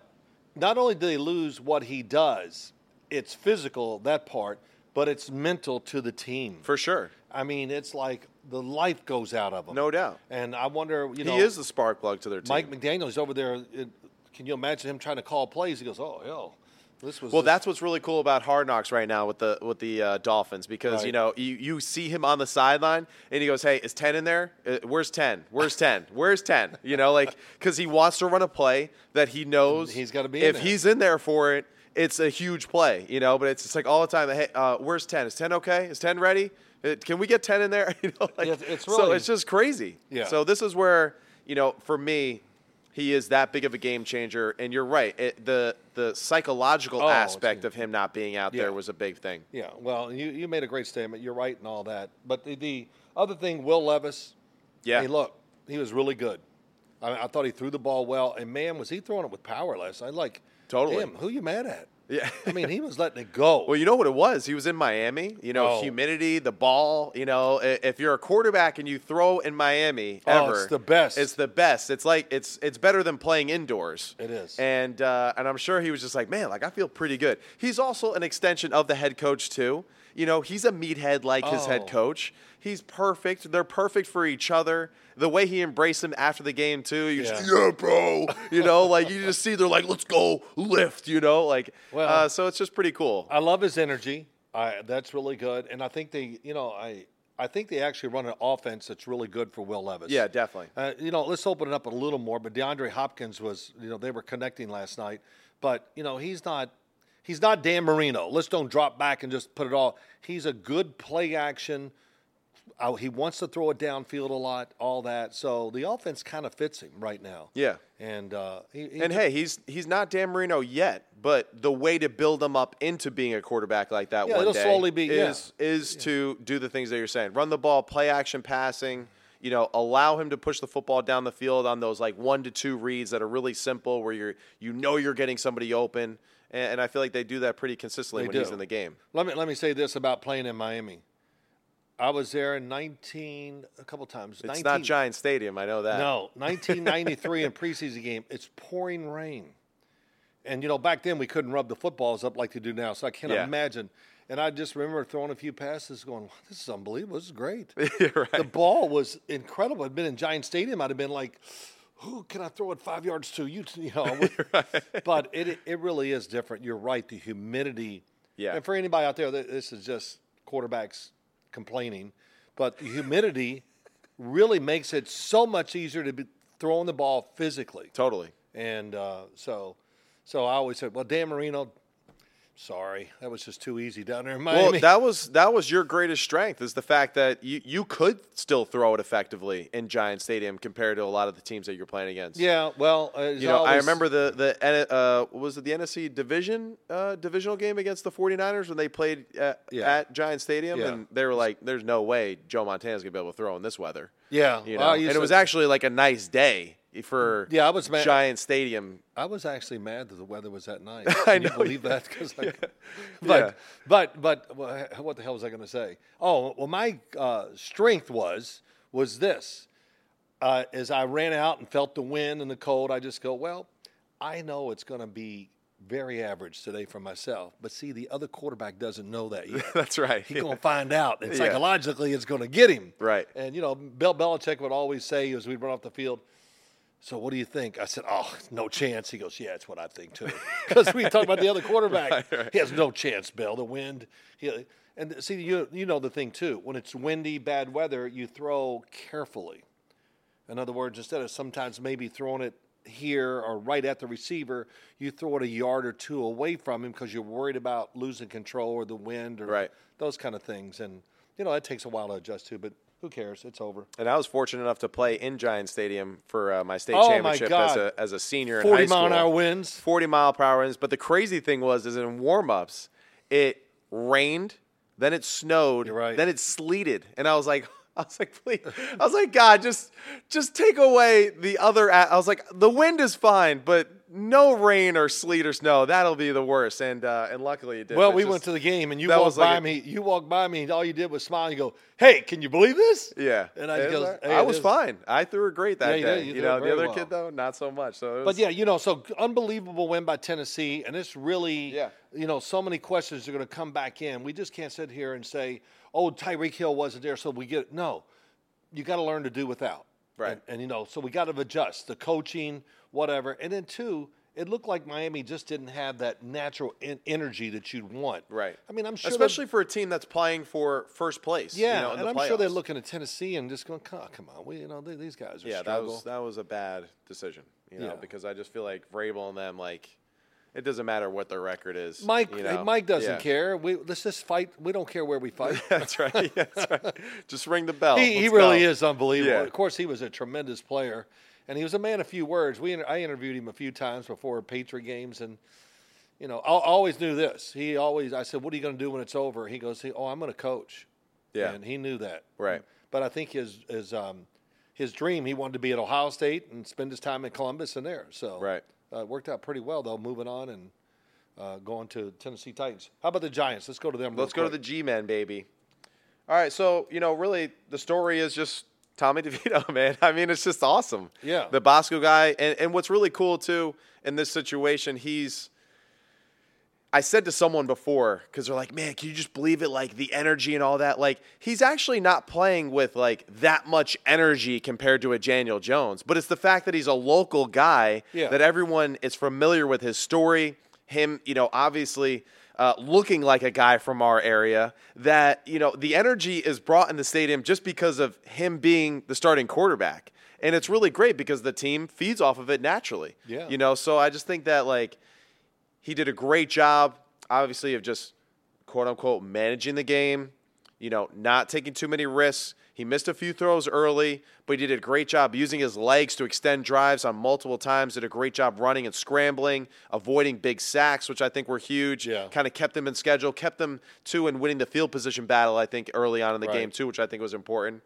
Speaker 2: not only did he lose what he does, it's physical that part, but it's mental to the team.
Speaker 1: for sure.
Speaker 2: I mean, it's like the life goes out of him.
Speaker 1: No doubt.
Speaker 2: And I wonder, you know,
Speaker 1: he is the spark plug to their team.
Speaker 2: Mike McDaniel's over there. It, can you imagine him trying to call plays? He goes, "Oh hell, this was
Speaker 1: Well,
Speaker 2: this-
Speaker 1: that's what's really cool about Hard Knocks right now with the with the uh, Dolphins because
Speaker 2: Right.
Speaker 1: you know you, you see him on the sideline and he goes, "Hey, is ten in there? Uh, where's ten? Where's ten? Where's ten? You know, like because he wants to run a play that he knows
Speaker 2: He's gotta be in
Speaker 1: if
Speaker 2: there.
Speaker 1: he's in there for it, it's a huge play. You know, but it's just like all the time. Hey, uh, where's ten? Is ten okay? Is ten ready? Uh, can we get ten in there? You know, like
Speaker 2: Yeah, it's
Speaker 1: so
Speaker 2: really-
Speaker 1: it's just crazy.
Speaker 2: Yeah.
Speaker 1: So this is where you know for me. He is that big of a game changer, and you're right. It, the the psychological
Speaker 2: Oh, it's
Speaker 1: aspect of him not being out
Speaker 2: Yeah.
Speaker 1: there was a big thing.
Speaker 2: Yeah, well, you, you made a great statement. You're right and all that. But the, the other thing, Will Levis.
Speaker 1: Yeah.
Speaker 2: Hey, look, he was really good. I, I thought he threw the ball well, and man, was he throwing it with power last night? Like,
Speaker 1: Totally.
Speaker 2: Damn, who you mad at?
Speaker 1: Yeah.
Speaker 2: I mean, he was letting it go.
Speaker 1: Well, you know what it was? He was in Miami. You know,
Speaker 2: Oh.
Speaker 1: humidity, the ball. You know, i- if you're a quarterback and you throw in Miami,
Speaker 2: Oh,
Speaker 1: ever,
Speaker 2: it's the best.
Speaker 1: It's the best. It's like it's it's better than playing indoors.
Speaker 2: It is.
Speaker 1: And uh, and I'm sure he was just like, man, like I feel pretty good. He's also an extension of the head coach too. You know, he's a meathead like his
Speaker 2: Oh.
Speaker 1: head coach. He's perfect. They're perfect for each other. The way he embraced him after the game too. You just,
Speaker 2: Yeah.
Speaker 1: yeah, bro. You know, like you just see they're like, let's go lift. You know, like
Speaker 2: Well-
Speaker 1: uh, so it's just pretty cool.
Speaker 2: I love his energy. I, that's really good, and I think they, you know, I I think they actually run an offense that's really good for Will Levis.
Speaker 1: Yeah, definitely.
Speaker 2: Uh, you know, let's open it up a little more. But DeAndre Hopkins was, you know, they were connecting last night. But you know, he's not, he's not Dan Marino. Let's don't drop back and just put it all. He's a good play action. Uh, he wants to throw it downfield a lot, all that. So the offense kind of fits him right now.
Speaker 1: Yeah.
Speaker 2: And uh, he, he
Speaker 1: And hey, he's he's not Dan Marino yet, but the way to build him up into being a quarterback like that
Speaker 2: Yeah,
Speaker 1: one
Speaker 2: it'll
Speaker 1: day
Speaker 2: slowly be- yeah.
Speaker 1: is is to do the things that you're saying: run the ball, play action passing. You know, allow him to push the football down the field on those like one to two reads that are really simple, where you're you know you're getting somebody open, and, and I feel like they do that pretty consistently
Speaker 2: They
Speaker 1: when he's
Speaker 2: do.
Speaker 1: in the game.
Speaker 2: Let me let me say this about playing in Miami. I was there in 19 a couple times.
Speaker 1: It's
Speaker 2: 19,
Speaker 1: not Giant Stadium, I know that.
Speaker 2: No, 1993 in preseason game. It's pouring rain, and you know back then we couldn't rub the footballs up like they do now. So I can't
Speaker 1: Yeah.
Speaker 2: imagine. And I just remember throwing a few passes, going, "This is unbelievable. This is great."
Speaker 1: You're right.
Speaker 2: The ball was incredible. I'd been in Giant Stadium. I'd have been like, "Who can I throw it five yards to?" You, you know. I would- But it it really is different. You're right. The humidity.
Speaker 1: Yeah.
Speaker 2: And for anybody out there, th- this is just quarterbacks complaining, but the humidity really makes it so much easier to be throwing the ball physically.
Speaker 1: Totally.
Speaker 2: And uh, so, so I always said, "Well, Dan Marino." Sorry, that was just too easy down there in Miami.
Speaker 1: Well, that was that was your greatest strength is the fact that you, you could still throw it effectively in Giant Stadium compared to a lot of the teams that you're playing against.
Speaker 2: yeah, well, uh,
Speaker 1: You know, I remember the the N- uh, was it the NFC division uh, divisional game against the 49ers when they played at,
Speaker 2: Yeah.
Speaker 1: at Giant Stadium
Speaker 2: Yeah.
Speaker 1: and they were like, "There's no way Joe Montana's gonna be able to throw in this weather."
Speaker 2: Yeah,
Speaker 1: you
Speaker 2: well,
Speaker 1: know,
Speaker 2: I
Speaker 1: and
Speaker 2: used
Speaker 1: it
Speaker 2: to-
Speaker 1: was actually like a nice day for
Speaker 2: Yeah, I was mad-
Speaker 1: Giant Stadium.
Speaker 2: I was actually mad that the weather was that nice.
Speaker 1: I
Speaker 2: Can you
Speaker 1: know,
Speaker 2: believe that? 'Cause, like, but,
Speaker 1: Yeah.
Speaker 2: but but well, h- what the hell was I going to say? Oh well, my uh, strength was was this. Uh, as I ran out and felt the wind and the cold, I just go, well, I know it's going to be very average today for myself. But see, the other quarterback doesn't know that yet.
Speaker 1: That's right.
Speaker 2: He's going to find out. And
Speaker 1: Yeah.
Speaker 2: psychologically, it's going to get him.
Speaker 1: Right.
Speaker 2: And, you know, Bill Belichick would always say as we'd run off the field, so what do you think? I said, oh, no chance. He goes, yeah, it's what I think too. Because we talked about the other quarterback. He has no chance, Bill. The wind. He, and see, you, you know the thing too. When it's windy, bad weather, you throw carefully. In other words, instead of sometimes maybe throwing it here or right at the receiver, you throw it a yard or two away from him because you're worried about losing control or the wind or
Speaker 1: Right.
Speaker 2: those kind of things. And you know, that takes a while to adjust to, but who cares? It's over.
Speaker 1: And I was fortunate enough to play in Giant Stadium for uh, my state
Speaker 2: Oh, my
Speaker 1: championship as
Speaker 2: God.
Speaker 1: a, as a senior in
Speaker 2: 40
Speaker 1: high school.
Speaker 2: mile an hour winds.
Speaker 1: 40 mile per hour winds. But the crazy thing was, is in warm ups, it rained, then it snowed,
Speaker 2: You're right.
Speaker 1: then it sleeted, and I was like. I was like, please. I was like, God, just, just take away the other. a- I was like, the wind is fine, but no rain or sleet or snow. That'll be the worst. And uh, and luckily it did.
Speaker 2: Well,
Speaker 1: It's
Speaker 2: we
Speaker 1: just-
Speaker 2: went to the game, and you
Speaker 1: that
Speaker 2: walked
Speaker 1: was like
Speaker 2: by
Speaker 1: a-
Speaker 2: me. You walked by me, and all you did was smile. And you go, "Hey, can you believe this?"
Speaker 1: Yeah,
Speaker 2: And I
Speaker 1: It was
Speaker 2: goes,
Speaker 1: all right.
Speaker 2: "Hey,
Speaker 1: I
Speaker 2: it
Speaker 1: was
Speaker 2: is."
Speaker 1: fine. I threw a great that
Speaker 2: Yeah, you
Speaker 1: day.
Speaker 2: did. You
Speaker 1: you
Speaker 2: threw
Speaker 1: know,
Speaker 2: it
Speaker 1: the
Speaker 2: very
Speaker 1: other
Speaker 2: well.
Speaker 1: kid though, not so much. So, it
Speaker 2: But
Speaker 1: was,
Speaker 2: yeah, you know, so unbelievable win by Tennessee, and it's really,
Speaker 1: Yeah.
Speaker 2: you know, so many questions are going to come back in. We just can't sit here and say, "Oh, Tyreek Hill wasn't there," so we get no. You got to learn to do without,
Speaker 1: Right.
Speaker 2: And, and you know, so we got to adjust the coaching, whatever, and then two. It looked like Miami just didn't have that natural en- energy that you'd want.
Speaker 1: Right.
Speaker 2: I mean, I'm sure. they're-
Speaker 1: especially for a team that's playing for first place. you
Speaker 2: Yeah,
Speaker 1: know, in
Speaker 2: and
Speaker 1: the
Speaker 2: I'm sure they're
Speaker 1: playoffs.
Speaker 2: looking at Tennessee and just going, "Oh, come on, we, you know, th- these guys are
Speaker 1: Yeah, that
Speaker 2: struggle.
Speaker 1: was that was a bad decision. You know,
Speaker 2: Yeah.
Speaker 1: because I just feel like Vrabel and them like it doesn't matter what their record is.
Speaker 2: Mike,
Speaker 1: you know?
Speaker 2: Mike doesn't
Speaker 1: Yeah.
Speaker 2: care. We let's just fight. We don't care where we fight.
Speaker 1: that's right. Yeah, that's right. Just ring the bell.
Speaker 2: he he
Speaker 1: Let's
Speaker 2: really
Speaker 1: go.
Speaker 2: is unbelievable.
Speaker 1: Yeah.
Speaker 2: Of course, he was a tremendous player, and he was a man of few words. We inter- I interviewed him a few times before Patriot games, and you know, I I always knew this. He always, I said, "What are you going to do when it's over?" He goes, "Oh, I'm going to coach."
Speaker 1: Yeah.
Speaker 2: and he knew that.
Speaker 1: Right.
Speaker 2: But I think his his um, his dream, he wanted to be at Ohio State and spend his time in Columbus and there. So
Speaker 1: Right.
Speaker 2: uh, it worked out pretty well though. Moving on and uh, going to Tennessee Titans. How about the Giants? Let's go to them. real
Speaker 1: Let's go to the
Speaker 2: quick.
Speaker 1: G Men, baby. All right, so you know, really, the story is just Tommy DeVito, man. I mean, it's just awesome.
Speaker 2: Yeah.
Speaker 1: the Bosco guy, and and what's really cool too in this situation, he's. I said to someone before because they're like, "Man, can you just believe it? Like the energy and all that. Like he's actually not playing with like that much energy compared to a Daniel Jones, but it's the fact that he's a local guy
Speaker 2: Yeah.
Speaker 1: that everyone is familiar with his story. Him, you know, obviously uh, looking like a guy from our area. That you know, the energy is brought in the stadium just because of him being the starting quarterback, and it's really great because the team feeds off of it naturally.
Speaker 2: Yeah.
Speaker 1: you know. So I just think that like he did a great job, obviously, of just quote unquote managing the game, you know, not taking too many risks. He missed a few throws early, but he did a great job using his legs to extend drives on multiple times. Did a great job running and scrambling, avoiding big sacks, which I think were huge.
Speaker 2: Yeah.
Speaker 1: Kind of kept them in schedule, kept them too in winning the field position battle, I think, early on in the
Speaker 2: Right.
Speaker 1: game, too, which I think was important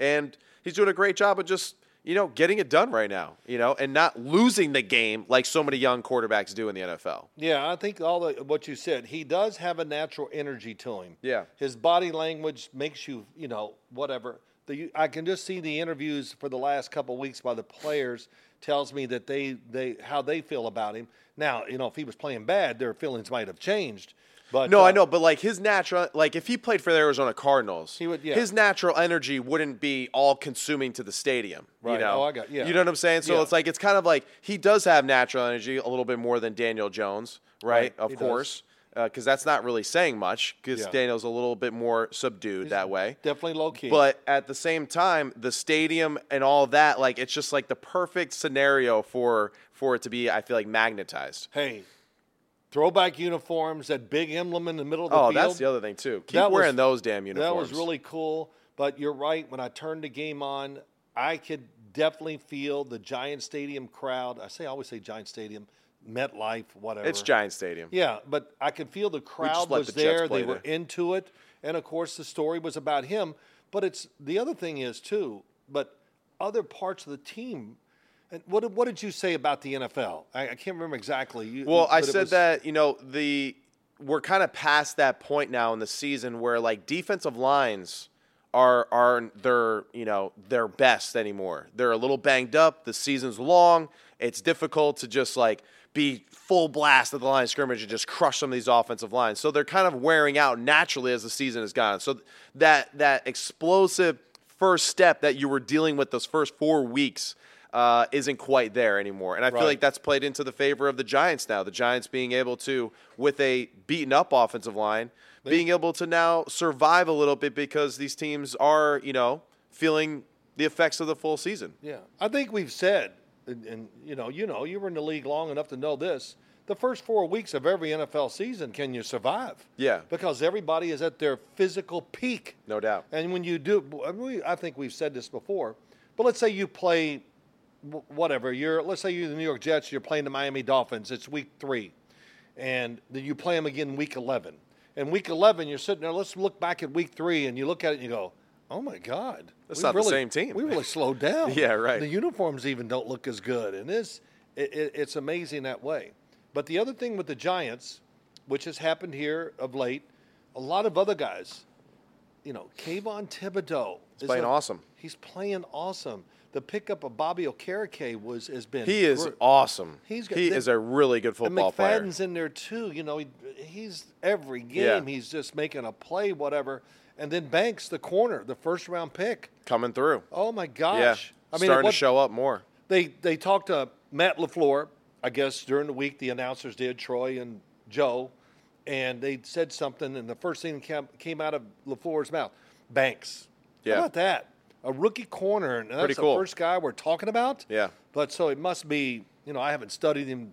Speaker 1: and he's doing a great job of just you know getting it done right now you know and not losing the game like so many young quarterbacks do in the nfl
Speaker 2: Yeah, I think all the, what you said. He does have a natural energy to him.
Speaker 1: Yeah.
Speaker 2: his body language makes you, you know, whatever. The, I can just see the interviews for the last couple of weeks by the players tells me that they they how they feel about him. Now, you know, if he was playing bad, their feelings might have changed. But
Speaker 1: no
Speaker 2: uh,
Speaker 1: i know but like his natural like if he played for the arizona cardinals
Speaker 2: He would- yeah.
Speaker 1: his natural energy wouldn't be all consuming to the stadium
Speaker 2: Right.
Speaker 1: you know
Speaker 2: Oh, I got- yeah.
Speaker 1: you know what i'm saying so
Speaker 2: Yeah.
Speaker 1: it's like it's kind of like he does have natural energy a little bit more than daniel jones right,
Speaker 2: Right,
Speaker 1: of
Speaker 2: he does.
Speaker 1: course because that's not really saying much because
Speaker 2: Yeah.
Speaker 1: daniel's a little bit more subdued that way
Speaker 2: definitely low key.
Speaker 1: But at the same time, the stadium and all that, like it's just like the perfect scenario for for it to be, I feel like, magnetized.
Speaker 2: hey, throwback uniforms, that big emblem in the middle of the
Speaker 1: Oh,
Speaker 2: field.
Speaker 1: that's the other thing too. Keep
Speaker 2: That was-
Speaker 1: wearing those damn uniforms.
Speaker 2: That was really cool. But you're right. When I turned the game on, I could definitely feel the Giant Stadium crowd. I say I always say Giant Stadium, MetLife, whatever.
Speaker 1: it's Giant Stadium.
Speaker 2: Yeah, but I could feel the crowd
Speaker 1: let
Speaker 2: was
Speaker 1: the Jets
Speaker 2: there.
Speaker 1: play
Speaker 2: They were
Speaker 1: there.
Speaker 2: into it, and of course, the story was about him. But it's the other thing is too. But other parts of the team. And what, did- what did you say about the NFL? I, I can't remember exactly. You,
Speaker 1: Well, I
Speaker 2: but it
Speaker 1: said
Speaker 2: was-
Speaker 1: that you know the we're kind of past that point now in the season where like defensive lines are aren't their you know their best anymore. They're a little banged up. The season's long. It's difficult to just like be full blast at the line of scrimmage and just crush some of these offensive lines. So they're kind of wearing out naturally as the season has gone. So th- that that explosive first step that you were dealing with those first four weeks uh, isn't quite there anymore. And I feel
Speaker 2: Right.
Speaker 1: like that's played into the favor of the Giants now. The Giants being able to, with a beaten up offensive line, being able to now survive a little bit because these teams are, you know, feeling the effects of the full season.
Speaker 2: Yeah, I think we've said, and, and you know, you know, you were in the league long enough to know this the first four weeks of every NFL season, can you survive?
Speaker 1: Yeah.
Speaker 2: Because everybody is at their physical peak.
Speaker 1: No doubt.
Speaker 2: And when you do, I, mean, we, I think we've said this before, but let's say you play wh- whatever. You're let's say you're the New York Jets. You're playing the Miami Dolphins. It's week three, and then you play them again week eleven. And week eleven, you're sitting there. Let's look back at week three, and you look at it and you go, "Oh my God,
Speaker 1: That's
Speaker 2: we
Speaker 1: not the same team."
Speaker 2: We really slowed down.
Speaker 1: Yeah, right.
Speaker 2: The uniforms even don't look as good, and this it, it, it's amazing that way. But the other thing with the Giants, which has happened here of late, a lot of other guys you know, Kayvon Thibodeau. He's
Speaker 1: playing awesome.
Speaker 2: He's playing awesome. The pickup of Bobby Okereke was has been.
Speaker 1: He is
Speaker 2: gr-
Speaker 1: awesome.
Speaker 2: He's got-
Speaker 1: he
Speaker 2: the-
Speaker 1: is a really good
Speaker 2: And
Speaker 1: football player.
Speaker 2: McFadden's in there too. You know, he, he's every
Speaker 1: Yeah.
Speaker 2: game he's just making a play, whatever. And then Banks, the corner, the first round pick.
Speaker 1: Coming through.
Speaker 2: Oh my
Speaker 1: yeah.
Speaker 2: gosh! I mean,
Speaker 1: starting
Speaker 2: what-
Speaker 1: to show up more.
Speaker 2: they they talked to Matt Lafleur, I guess during the week the announcers did Troy and Joe, and they said something, and the first thing came, came out of Lafleur's mouth, Banks.
Speaker 1: Yeah.
Speaker 2: How about that? A rookie corner, and that's
Speaker 1: Pretty cool.
Speaker 2: the first guy we're talking about.
Speaker 1: Yeah.
Speaker 2: But so it must be, you know, I haven't studied him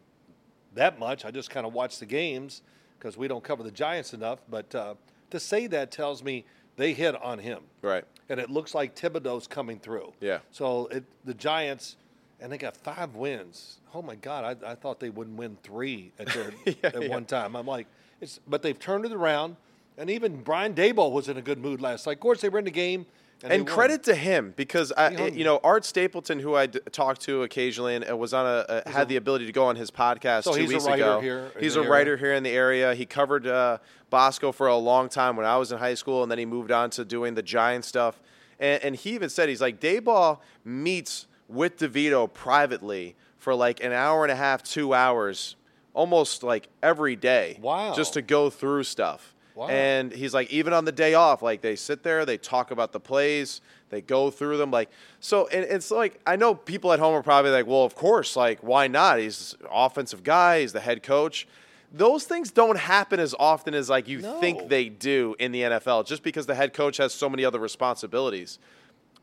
Speaker 2: that much. I just kind of watch the games because we don't cover the Giants enough. But uh, to say that tells me they hit on him
Speaker 1: Right.
Speaker 2: and it looks like Thibodeau's coming through.
Speaker 1: Yeah.
Speaker 2: So it, the Giants, and they got five wins. Oh my God, I, I thought they wouldn't win three at, their, at one time. I'm like, it's, but they've turned it around, and even Brian Dable was in a good mood last night. Of course, they were in the game, and, they
Speaker 1: And
Speaker 2: won.
Speaker 1: credit to him because I,
Speaker 2: He hung
Speaker 1: you know, Art Stapleton, who I d- talked to occasionally and uh, was on a, uh, had the ability to go on his podcast
Speaker 2: So
Speaker 1: two
Speaker 2: he's a
Speaker 1: weeks
Speaker 2: writer
Speaker 1: ago.
Speaker 2: here in
Speaker 1: he's
Speaker 2: the
Speaker 1: a
Speaker 2: area.
Speaker 1: writer here in the area. He covered uh, Bosco for a long time when I was in high school, and then he moved on to doing the Giant stuff. And, and he even said he's like Dayball meets with DeVito privately for like an hour and a half, two hours, almost like every day.
Speaker 2: Wow.
Speaker 1: just to go through stuff.
Speaker 2: Wow.
Speaker 1: And he's like, even on the day off, like they sit there, they talk about the plays, they go through them. Like, so and it's like, I know people at home are probably like, well, of course, like, why not? He's an offensive guy, he's the head coach. Those things don't happen as often as like you
Speaker 2: No.
Speaker 1: think they do in the NFL, just because the head coach has so many other responsibilities.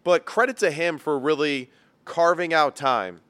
Speaker 1: But credit to him for really carving out time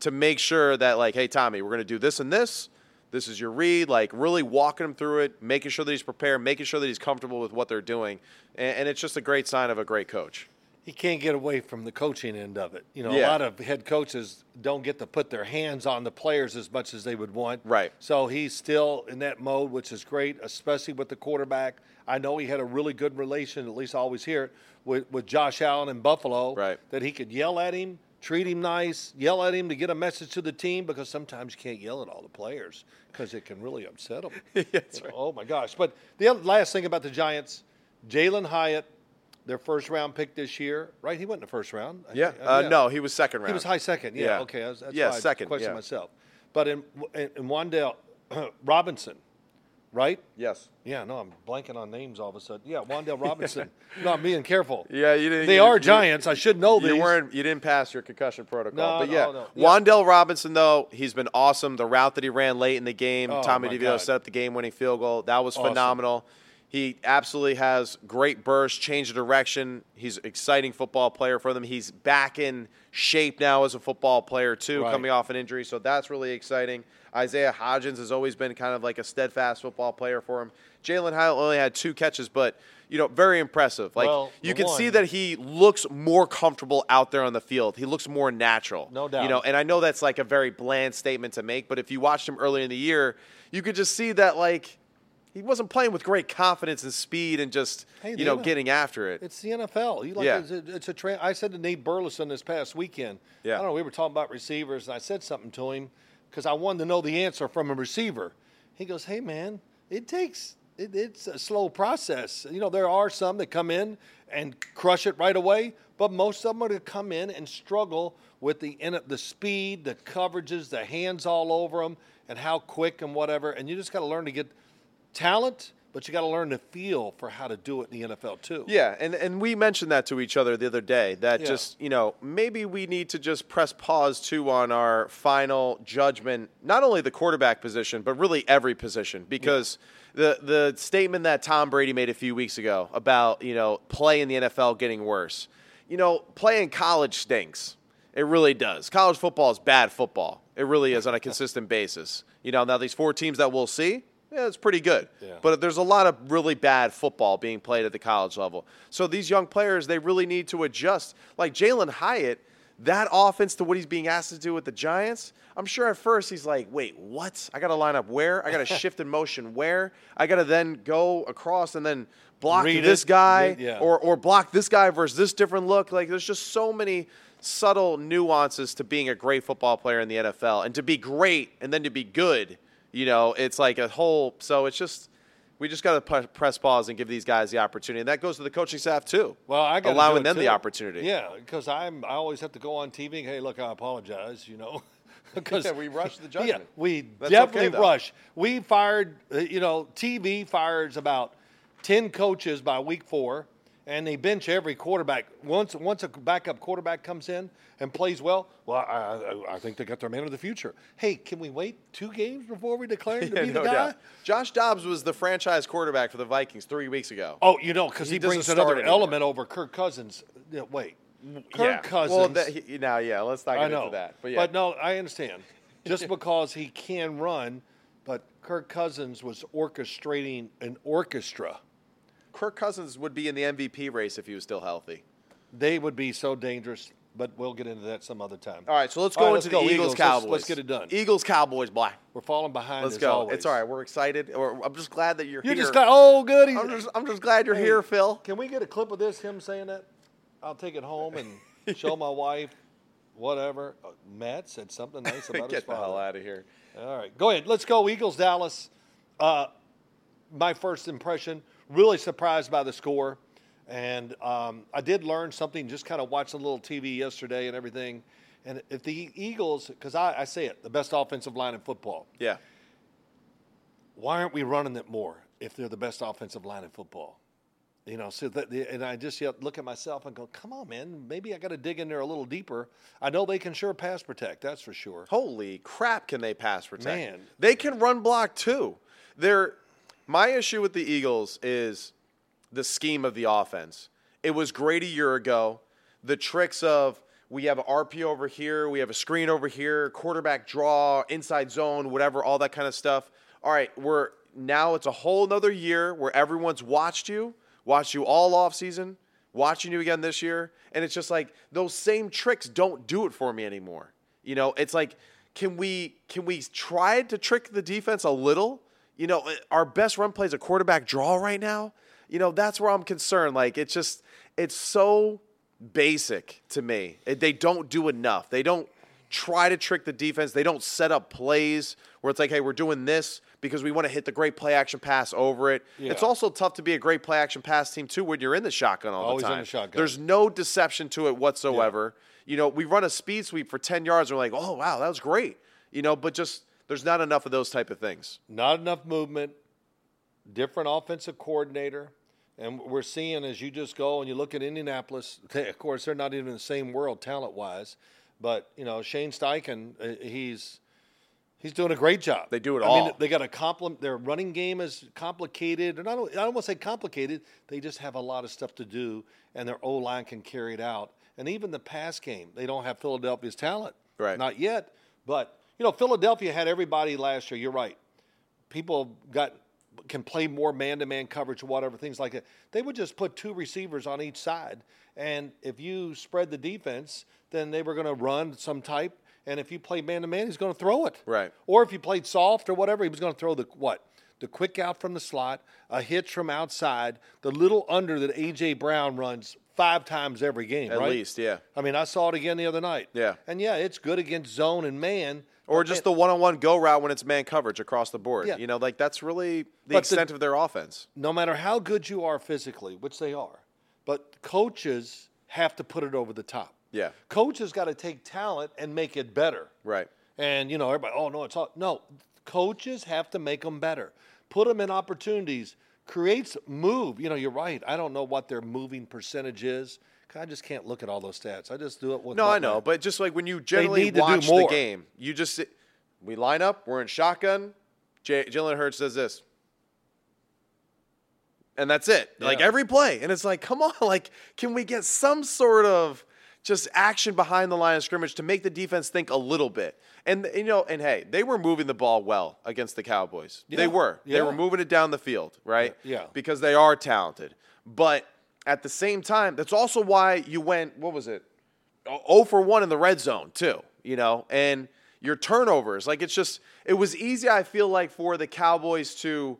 Speaker 1: to make sure that, like, hey, Tommy, we're going to do this and this. This is your read. Like, really walking him through it, making sure that he's prepared, making sure that he's comfortable with what they're doing. And, and it's just a great sign of a great coach.
Speaker 2: he can't get away from the coaching end of it. You know,
Speaker 1: Yeah.
Speaker 2: a lot of head coaches don't get to put their hands on the players as much as they would want.
Speaker 1: Right.
Speaker 2: So he's still in that mode, which is great, especially with the quarterback. I know he had a really good relation, at least I always hear it, with, with Josh Allen in Buffalo.
Speaker 1: Right.
Speaker 2: That he could yell at him, treat him nice, yell at him to get a message to the team because sometimes you can't yell at all the players because it can really upset them. Oh my gosh! But the other, last thing about the Giants, Jalen Hyatt, their first round pick this year, right? He went in the first round. I
Speaker 1: Yeah.
Speaker 2: think. Oh,
Speaker 1: Uh, No, he was second round.
Speaker 2: He was high second. Yeah.
Speaker 1: Yeah.
Speaker 2: Okay. That's, that's
Speaker 1: Yeah,
Speaker 2: why I
Speaker 1: second,
Speaker 2: Question
Speaker 1: yeah.
Speaker 2: myself. But in in, in Wandale Robinson, right?
Speaker 1: Yes.
Speaker 2: Yeah. No, I'm blanking on names all of a sudden. Yeah, Wandale Robinson. no, I'm being careful.
Speaker 1: Yeah, you didn't.
Speaker 2: They
Speaker 1: you-
Speaker 2: are
Speaker 1: you-
Speaker 2: Giants. I should know these.
Speaker 1: You weren't. You didn't pass your concussion protocol.
Speaker 2: No,
Speaker 1: but
Speaker 2: no,
Speaker 1: yeah,
Speaker 2: no. Yeah.
Speaker 1: Wandell Robinson though he's been awesome. The route that he ran late in the game,
Speaker 2: Oh,
Speaker 1: Tommy
Speaker 2: my
Speaker 1: DeVito
Speaker 2: God.
Speaker 1: set up the game-winning field goal. That was
Speaker 2: Awesome.
Speaker 1: phenomenal. He absolutely has great burst, change of direction. He's an exciting football player for them. He's back in shape now as a football player too,
Speaker 2: Right.
Speaker 1: coming off an injury, so that's really exciting. Isaiah Hodgins has always been kind of like a steadfast football player for him. Jalen Hyatt only had two catches, but you know, very impressive. Like
Speaker 2: Well,
Speaker 1: you
Speaker 2: the
Speaker 1: can see
Speaker 2: one-
Speaker 1: that he looks more comfortable out there on the field. He looks more natural.
Speaker 2: No doubt.
Speaker 1: You know, and I know that's like a very bland statement to make, but if you watched him early in the year, you could just see that like he wasn't playing with great confidence and speed and just
Speaker 2: Hey,
Speaker 1: you
Speaker 2: they
Speaker 1: know
Speaker 2: don't-
Speaker 1: getting after it.
Speaker 2: It's the NFL. You like
Speaker 1: Yeah.
Speaker 2: it's a, it's a tra- I said to Nate Burleson this past weekend.
Speaker 1: Yeah.
Speaker 2: I don't know. We were talking about receivers, and I said something to him because I wanted to know the answer from a receiver. He goes, "Hey man, it takes it, it's a slow process. You know, there are some that come in and crush it right away, but most of them are to come in and struggle with the in, the speed, the coverages, the hands all over them, and how quick and whatever. And you just got to learn to get talent." But you got to learn the feel for how to do it in the NFL too.
Speaker 1: Yeah, and, and we mentioned that to each other the other day that
Speaker 2: Yeah.
Speaker 1: just, you know, maybe we need to just press pause too on our final judgment, not only the quarterback position, but really every position because the the statement that Tom Brady made a few weeks ago about, you know, play in the NFL getting worse. You know, play in college stinks. It really does. College football is bad football. It really is on a consistent basis. You know, now these four teams that we'll see, yeah, it's pretty good.
Speaker 2: Yeah.
Speaker 1: But there's a lot of really bad football being played at the college level. So these young players, they really need to adjust. Like Jalen Hyatt, that offense to what he's being asked to do with the Giants, I'm sure at first he's like, wait, what? I got to line up where? I got to shift in motion where? I got to then go across and then block
Speaker 2: Read
Speaker 1: this
Speaker 2: it.
Speaker 1: guy
Speaker 2: Read- yeah.
Speaker 1: or, or block this guy versus this different look. Like there's just so many subtle nuances to being a great football player in the NFL and to be great and then to be good. You know, it's like a whole. So it's just we just got to press pause and give these guys the opportunity, and that goes to the coaching staff too.
Speaker 2: Well, I gotta do
Speaker 1: allowing
Speaker 2: it,
Speaker 1: them the
Speaker 2: too.
Speaker 1: opportunity.
Speaker 2: Yeah, because I'm I always have to go on TV. Hey, look, I apologize. You know, because
Speaker 1: Yeah, we rush the
Speaker 2: Yeah,
Speaker 1: judgment.
Speaker 2: we
Speaker 1: That's
Speaker 2: definitely
Speaker 1: okay, though.
Speaker 2: rush. We fired. uh, You know, TV fires about ten coaches by week four, and they bench every quarterback. Once once a backup quarterback comes in and plays well, well, I, I, I think they got their man of the future. Hey, can we wait two games before we declare him to
Speaker 1: Yeah,
Speaker 2: be
Speaker 1: no
Speaker 2: the guy?
Speaker 1: doubt. Josh Dobbs was the franchise quarterback for the Vikings three weeks ago.
Speaker 2: Oh, you know, because
Speaker 1: He
Speaker 2: he,
Speaker 1: doesn't
Speaker 2: brings
Speaker 1: start
Speaker 2: another
Speaker 1: anymore.
Speaker 2: element over Kirk Cousins. Yeah, wait, Kirk
Speaker 1: yeah.
Speaker 2: Cousins.
Speaker 1: Well, that, he, now, yeah, let's not get
Speaker 2: I know
Speaker 1: into that. But yeah,
Speaker 2: no, I understand. Just because he can run, but Kirk Cousins was orchestrating an orchestra.
Speaker 1: Kirk Cousins would be in the MVP race if he was still healthy.
Speaker 2: They would be so dangerous. But we'll get into that some other time.
Speaker 1: All right, so let's
Speaker 2: All
Speaker 1: go
Speaker 2: right,
Speaker 1: into
Speaker 2: let's
Speaker 1: the
Speaker 2: go.
Speaker 1: Eagles,
Speaker 2: Eagles. Let's-
Speaker 1: Cowboys.
Speaker 2: let's get it done.
Speaker 1: Eagles Cowboys, boy.
Speaker 2: We're falling behind.
Speaker 1: Let's
Speaker 2: as
Speaker 1: go.
Speaker 2: always.
Speaker 1: It's all right. We're excited. Or I'm just glad that you're
Speaker 2: You
Speaker 1: here.
Speaker 2: just got oh good. he's-
Speaker 1: I'm just I'm just glad you're
Speaker 2: Hey,
Speaker 1: here, Phil.
Speaker 2: Can we get a clip of this? Him saying that? I'll take it home and show my wife. Whatever. Uh, Matt said something nice about his
Speaker 1: Get the
Speaker 2: father.
Speaker 1: hell out of here.
Speaker 2: All right, go ahead. Let's go Eagles Dallas. Uh, my first impression, really surprised by the score, and um, I did learn something just kind of watching a little TV yesterday and everything. And if the Eagles, because I, I say it, the best offensive line in football.
Speaker 1: Yeah.
Speaker 2: Why aren't we running it more if they're the best offensive line in football? You know, so that and I just yet look at myself and go, come on, man, maybe I got to dig in there a little deeper. I know they can sure pass protect, that's for sure.
Speaker 1: Holy crap! Can they pass protect?
Speaker 2: Man.
Speaker 1: they can run block too. They're my issue with the Eagles is the scheme of the offense. It was great a year ago. The tricks of we have an RP over here, we have a screen over here, quarterback draw, inside zone, whatever, all that kind of stuff. All right, we're now it's a whole nother year where everyone's watched you, watched you all off season, watching you again this year, and it's just like those same tricks don't do it for me anymore. You know, it's like can we can we try to trick the defense a little? You know, our best run plays a quarterback draw right now. You know, that's where I'm concerned. Like it's just it's so basic to me. It- they don't do enough. They don't try to trick the defense. They don't set up plays where it's like, hey, we're doing this because we want to hit the great play action pass over it. It's
Speaker 2: Yeah.
Speaker 1: also tough to be a great play action pass team too when you're in the shotgun all
Speaker 2: Always
Speaker 1: the
Speaker 2: in
Speaker 1: time.
Speaker 2: the shotgun.
Speaker 1: There's no deception to it whatsoever. You know, we run a speed sweep for 10 yards. We're like, oh, wow, that was great. You know, but just there's not enough of those type of things.
Speaker 2: not enough movement, different offensive coordinator. And we're seeing as you just go and you look at Indianapolis, they, of course, they're not even in the same world talent wise. But, you know, Shane Steichen, uh, he's. He's doing a great job.
Speaker 1: They do it
Speaker 2: I
Speaker 1: all.
Speaker 2: Mean, they got a compliment. Their running game is complicated. They're not. I don't want to say complicated. They just have a lot of stuff to do, and their O line can carry it out. And even the pass game, they don't have Philadelphia's talent.
Speaker 1: Right.
Speaker 2: Not yet. But you know, Philadelphia had everybody last year. You're right people got can play more man-to-man coverage or whatever things like that they would just put two receivers on each side and if you spread the defense then they were going to run some type and if you play man-to-man he's going to throw it
Speaker 1: Right.
Speaker 2: or if you played soft or whatever he was going to throw the what the quick out from the slot a hitch from outside the little under that aj brown runs five times every game
Speaker 1: At
Speaker 2: right?
Speaker 1: least, yeah.
Speaker 2: i mean i saw it again the other night
Speaker 1: Yeah.
Speaker 2: and yeah it's good against zone and man
Speaker 1: Or
Speaker 2: but man-
Speaker 1: just the one on one go route when it's man coverage across the board.
Speaker 2: Yeah.
Speaker 1: You know, like that's really the
Speaker 2: the-
Speaker 1: extent of their offense.
Speaker 2: no matter how good you are physically, which they are, but coaches have to put it over the top.
Speaker 1: Yeah.
Speaker 2: Coaches got to take talent and make it better.
Speaker 1: Right.
Speaker 2: And, you know, everybody, oh, no, it's all. No, coaches have to make them better. Put them in opportunities. Creates move. You know, you're right. I don't know what their moving percentage is. I just can't look at all those stats. I just do it with.
Speaker 1: No, I
Speaker 2: my-
Speaker 1: know, but just like when you generally
Speaker 2: need to do
Speaker 1: watch the
Speaker 2: more.
Speaker 1: game, you just sit- we line up, we're in shotgun. J- Jalen Hurts does this, and that's it. Like
Speaker 2: Yeah.
Speaker 1: every play, and it's like, come on, like can we get some sort of just action behind the line of scrimmage to make the defense think a little bit. And you know, and hey, they were moving the ball well against the Cowboys.
Speaker 2: Yeah.
Speaker 1: They were. They
Speaker 2: Yeah.
Speaker 1: were moving it down the field, right?
Speaker 2: Yeah.
Speaker 1: Because they are talented. But at the same time, that's also why you went, what was it? O- 0 for 1 in the red zone, too, you know? And your turnovers, like it's just, it was easy, I feel like, for the Cowboys to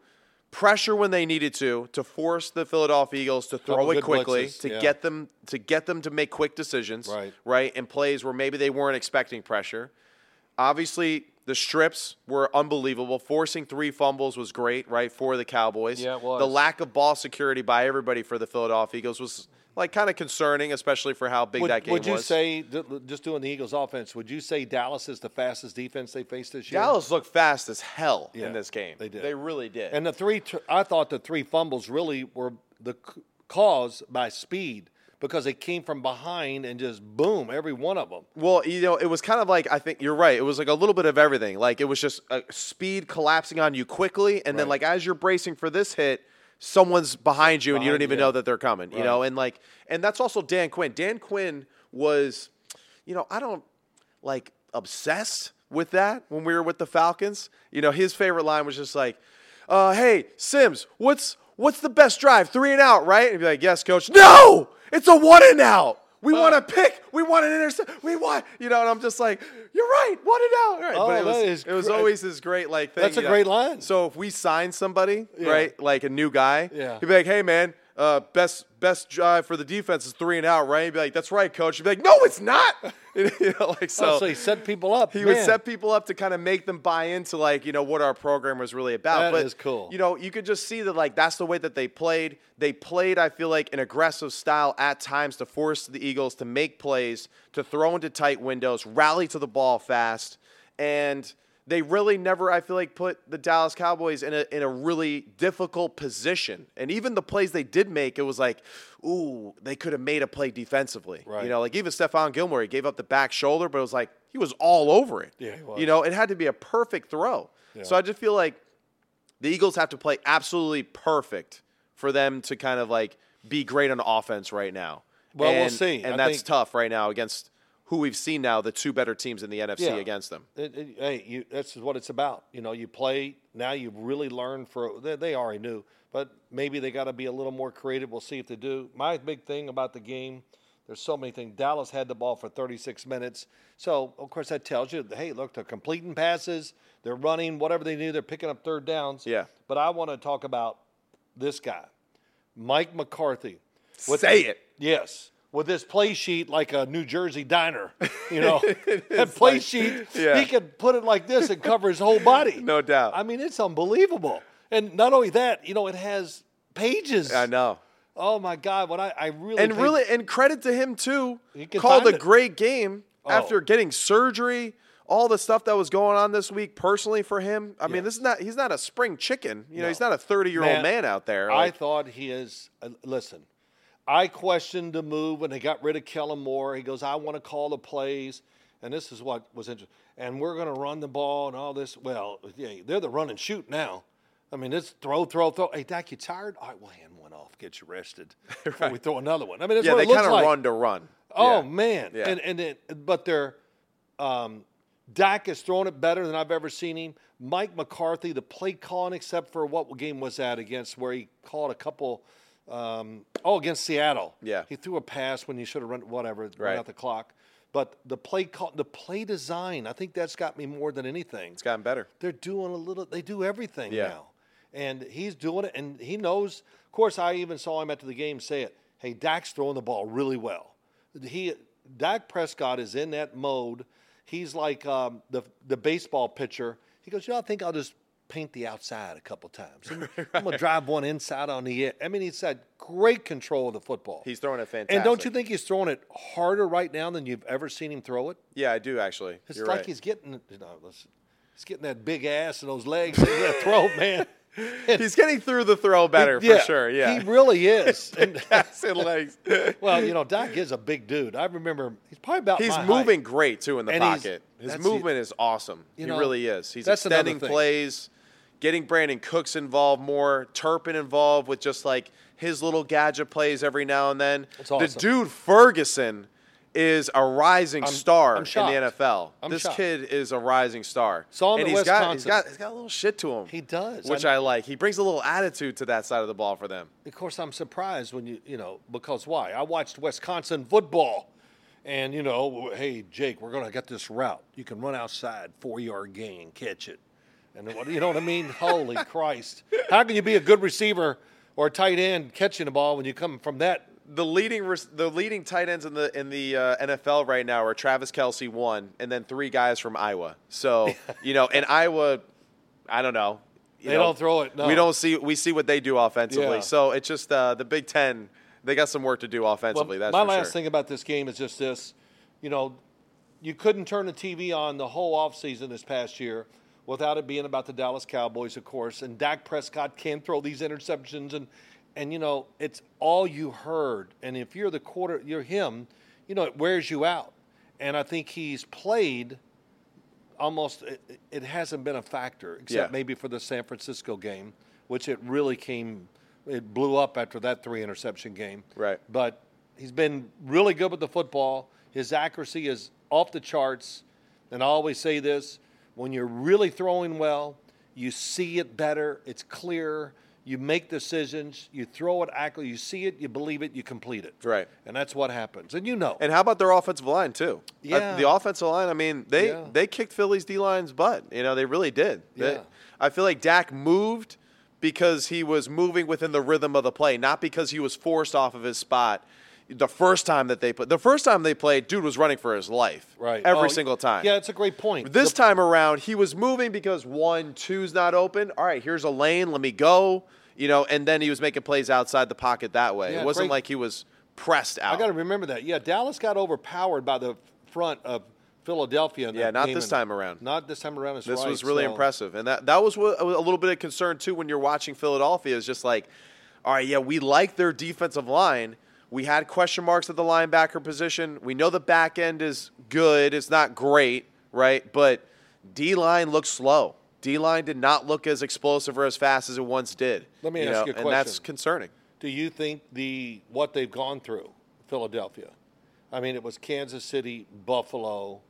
Speaker 1: pressure when they needed to, to force the Philadelphia Eagles to throw
Speaker 2: Couple
Speaker 1: it
Speaker 2: good
Speaker 1: quickly,
Speaker 2: blitzes,
Speaker 1: to
Speaker 2: yeah.
Speaker 1: get them to get them to make quick decisions,
Speaker 2: Right.
Speaker 1: Right, and plays where maybe they weren't expecting pressure. Obviously, the strips were unbelievable. Forcing three fumbles was great, right, for the Cowboys.
Speaker 2: Yeah, it was.
Speaker 1: The lack of ball security by everybody for the Philadelphia Eagles was like kind of concerning, especially for how big
Speaker 2: Would,
Speaker 1: that game
Speaker 2: would you
Speaker 1: was.
Speaker 2: say, th- just doing the Eagles' offense, would you say Dallas is the fastest defense they faced this year?
Speaker 1: Dallas looked fast as hell
Speaker 2: Yeah,
Speaker 1: in this game.
Speaker 2: they did.
Speaker 1: They really did.
Speaker 2: And the three, tr- I thought the three fumbles really were the c- cause by speed because they came from behind and just boom, every one of them.
Speaker 1: Well, you know, it was kind of like I think you're right. It was like a little bit of everything. Like it was just uh, speed collapsing on you quickly, and then like
Speaker 2: Right.
Speaker 1: as you're bracing for this hit, someone's behind you, and you don't
Speaker 2: Behind you,
Speaker 1: even
Speaker 2: yeah.
Speaker 1: know that they're coming. You know, and like and that's also Dan Quinn. Dan Quinn was, you know, I don't like obsessed with that when we were with the Falcons. You know, his favorite line was just like, uh, "Hey Sims, what's what's the best drive? Three and out, right?" And he'd be like, "Yes, coach." No, it's a one and out. We
Speaker 2: Uh.
Speaker 1: want a pick. We want an intercept. We want, you know. And I'm just like, "You're right, one and out." Right.
Speaker 2: Oh,
Speaker 1: but it
Speaker 2: that
Speaker 1: was
Speaker 2: is
Speaker 1: it was
Speaker 2: great.
Speaker 1: always this great like thing.
Speaker 2: That's a
Speaker 1: you know.
Speaker 2: great line.
Speaker 1: So if we sign somebody, right, like a new guy,
Speaker 2: Yeah.
Speaker 1: he'd be like, "Hey man." Uh, best best drive for the defense is three and out, right? He'd be like, "That's right, coach." He'd be like, "No, it's not." you know, like so.
Speaker 2: Oh, So, he set people up.
Speaker 1: He
Speaker 2: Man,
Speaker 1: would set people up to kind of make them buy into like you know what our program was really about.
Speaker 2: That
Speaker 1: but
Speaker 2: is cool.
Speaker 1: You know, you could just see that like that's the way that they played. They played, I feel like, an aggressive style at times to force the Eagles to make plays, to throw into tight windows, rally to the ball fast, and they really never, I feel like, put the Dallas Cowboys in a in a really difficult position. And even the plays they did make, it was like, ooh, they could have made a play defensively.
Speaker 2: Right.
Speaker 1: You know, like even Stephon Gilmore, he gave up the back shoulder, but it was like he was all over it.
Speaker 2: Yeah, he was.
Speaker 1: You know, it had to be a perfect throw. So I just feel like the Eagles have to play absolutely perfect for them to kind of like be great on offense right now.
Speaker 2: Well, we'll
Speaker 1: And-
Speaker 2: see.
Speaker 1: And
Speaker 2: I
Speaker 1: that's
Speaker 2: think-
Speaker 1: tough right now against who we've seen now, the two better teams in the NFC
Speaker 2: Yeah.
Speaker 1: against them.
Speaker 2: It- it- hey, you, that's what it's about. You know, you play now. You really learn for they, they already knew, but maybe they got to be a little more creative. We'll see if they do. My big thing about the game, there's so many things. Dallas had the ball for 36 minutes, so of course that tells you, hey, look, they're completing passes, they're running, whatever they do, they're picking up third downs.
Speaker 1: Yeah.
Speaker 2: But I want to talk about this guy, Mike McCarthy. With-
Speaker 1: Say it.
Speaker 2: Yes. With this play sheet like a New Jersey diner, you know, that play
Speaker 1: like-
Speaker 2: sheet,
Speaker 1: Yeah.
Speaker 2: he could put it like this and cover his whole body.
Speaker 1: No doubt.
Speaker 2: I mean, it's unbelievable. And not only that, you know, it has pages.
Speaker 1: I know.
Speaker 2: Oh my God, when I, I really
Speaker 1: And
Speaker 2: think-
Speaker 1: really, and credit to him too.
Speaker 2: He can
Speaker 1: Called
Speaker 2: find
Speaker 1: a
Speaker 2: it. Oh.
Speaker 1: great game after getting surgery. All the stuff that was going on this week personally for him. I mean, this is not—he's not a spring chicken. You know, he's not a thirty-year-old man, out there.
Speaker 2: I
Speaker 1: Like,
Speaker 2: thought he is. Uh, listen, I questioned the move when they got rid of Kellen Moore. He goes, "I want to call the plays," and this is what was interesting. And we're going to run the ball and all this. Well, yeah, they're the run and shoot now. I mean, it's throw, throw, throw. Hey, Doc, you tired? All right, well, hand one off, get you rested. before We throw another one. I mean, that's
Speaker 1: yeah,
Speaker 2: what
Speaker 1: they
Speaker 2: it looks
Speaker 1: kind of
Speaker 2: like.
Speaker 1: run to run.
Speaker 2: Oh
Speaker 1: Yeah.
Speaker 2: man,
Speaker 1: Yeah.
Speaker 2: and and it, but they're um, Dak has thrown it better than I've ever seen him. Mike McCarthy, the play calling, except for what game was that against where he called a couple. Um, oh, against Seattle.
Speaker 1: Yeah.
Speaker 2: he threw a pass when he should have run whatever run
Speaker 1: Right.
Speaker 2: out the clock. But the play call, the play design, I think that's got me more than anything
Speaker 1: it's gotten better.
Speaker 2: they're doing a little they do everything
Speaker 1: Yeah.
Speaker 2: now and he's doing it and he knows of course i even saw him after the game say it hey dak's throwing the ball really well he dak prescott is in that mode he's like um, the, the baseball pitcher he goes you know i think i'll just paint the outside a couple times i'm, I'm gonna drive one inside on the i mean he's had great control of the football
Speaker 1: He's throwing it fantastic.
Speaker 2: and don't you think he's throwing it harder right now than you've ever seen him throw it
Speaker 1: Yeah, I do actually.
Speaker 2: it's
Speaker 1: You're
Speaker 2: like
Speaker 1: right.
Speaker 2: he's getting you know, listen, he's getting that big ass and those legs and that throat, man.
Speaker 1: He's getting through the throw better
Speaker 2: Yeah,
Speaker 1: for sure. Yeah.
Speaker 2: he really is. And,
Speaker 1: Ass and legs.
Speaker 2: well, you know, Doc is a big dude. I remember he's probably about
Speaker 1: He's
Speaker 2: my height.
Speaker 1: moving great too in the
Speaker 2: And he's-
Speaker 1: pocket. His
Speaker 2: that's the-
Speaker 1: movement is awesome.
Speaker 2: You
Speaker 1: he
Speaker 2: know,
Speaker 1: really is. He's
Speaker 2: that's another
Speaker 1: extending
Speaker 2: thing.
Speaker 1: plays, getting Brandon Cooks involved more, Turpin involved with just like his little gadget plays every now and then.
Speaker 2: That's awesome.
Speaker 1: The dude Ferguson is a rising
Speaker 2: I'm-
Speaker 1: star
Speaker 2: I'm
Speaker 1: in the
Speaker 2: shocked.
Speaker 1: NFL.
Speaker 2: I'm
Speaker 1: this
Speaker 2: shocked.
Speaker 1: kid is a rising star.
Speaker 2: Saw him
Speaker 1: and
Speaker 2: at
Speaker 1: he's got, he's
Speaker 2: Wisconsin.
Speaker 1: got he's got a little shit to him.
Speaker 2: He does.
Speaker 1: which
Speaker 2: I-
Speaker 1: I like. He brings a little attitude to that side of the ball for them.
Speaker 2: of course, I'm surprised when you, you know, because why? I watched Wisconsin football. And, you know, hey, Jake, we're going to get this route. You can run outside, four yard gain, catch it. And what, you know what I mean? Holy Christ. How can you be a good receiver or tight end catching the ball when you come from that?
Speaker 1: the leading res- the leading tight ends in the in the uh, NFL right now are Travis Kelsey one, and then three guys from Iowa. So you know, and Iowa, I don't know. you
Speaker 2: They
Speaker 1: know,
Speaker 2: don't throw it, no.
Speaker 1: We don't see we see what they do offensively.
Speaker 2: Yeah.
Speaker 1: So it's just uh, the Big Ten. They got some work to do offensively. that's
Speaker 2: my
Speaker 1: for
Speaker 2: last
Speaker 1: sure.
Speaker 2: thing about this game is just this you know, you couldn't turn the TV on the whole offseason this past year without it being about the Dallas Cowboys, of course. And Dak Prescott can throw these interceptions, and and you know it's all you heard. And if you're the quarter, you're him, you know it wears you out. And I think he's played almost. It, it hasn't been a factor except
Speaker 1: Yeah.
Speaker 2: maybe for the San Francisco game, which it really came. It blew up after that three interception game.
Speaker 1: Right.
Speaker 2: But he's been really good with the football. His accuracy is off the charts. And I always say this when you're really throwing well, you see it better, it's clearer, you make decisions, you throw it accurately, you see it, you believe it, you complete it.
Speaker 1: Right.
Speaker 2: And that's what happens. And you know.
Speaker 1: And how about their offensive line too? Uh,
Speaker 2: Yeah.
Speaker 1: the offensive line. I mean, they
Speaker 2: Yeah.
Speaker 1: they kicked Philly's D line's butt. You know, they really did. They-
Speaker 2: Yeah.
Speaker 1: I feel like Dak moved because he was moving within the rhythm of the play, not because he was forced off of his spot. The first time that they put, the first time they played, dude was running for his life.
Speaker 2: right.
Speaker 1: Every
Speaker 2: Oh,
Speaker 1: single time.
Speaker 2: Yeah, it's a great point.
Speaker 1: This
Speaker 2: The-
Speaker 1: time around, he was moving because one, two's not open. All right, here's a lane. Let me go. You know, and then he was making plays outside the pocket that way.
Speaker 2: Yeah,
Speaker 1: it wasn't
Speaker 2: great-
Speaker 1: like he was pressed out.
Speaker 2: I got to remember that. Yeah, Dallas got overpowered by the front of Philadelphia. in
Speaker 1: Yeah,
Speaker 2: that
Speaker 1: not
Speaker 2: game,
Speaker 1: this
Speaker 2: and-
Speaker 1: time around.
Speaker 2: Not this time around. That's
Speaker 1: This
Speaker 2: right,
Speaker 1: was really
Speaker 2: so-
Speaker 1: impressive, and that that was what, a little bit of concern too when you're watching Philadelphia. Is just like, all right, yeah, we like their defensive line. We had question marks at the linebacker position. We know the back end is good. It's not great, right? But D line looked slow. D line did not look as explosive or as fast as it once did.
Speaker 2: Let me ask you a
Speaker 1: And that's
Speaker 2: question.
Speaker 1: concerning.
Speaker 2: Do you think the what they've gone through, Philadelphia? I mean, it was Kansas City, Buffalo.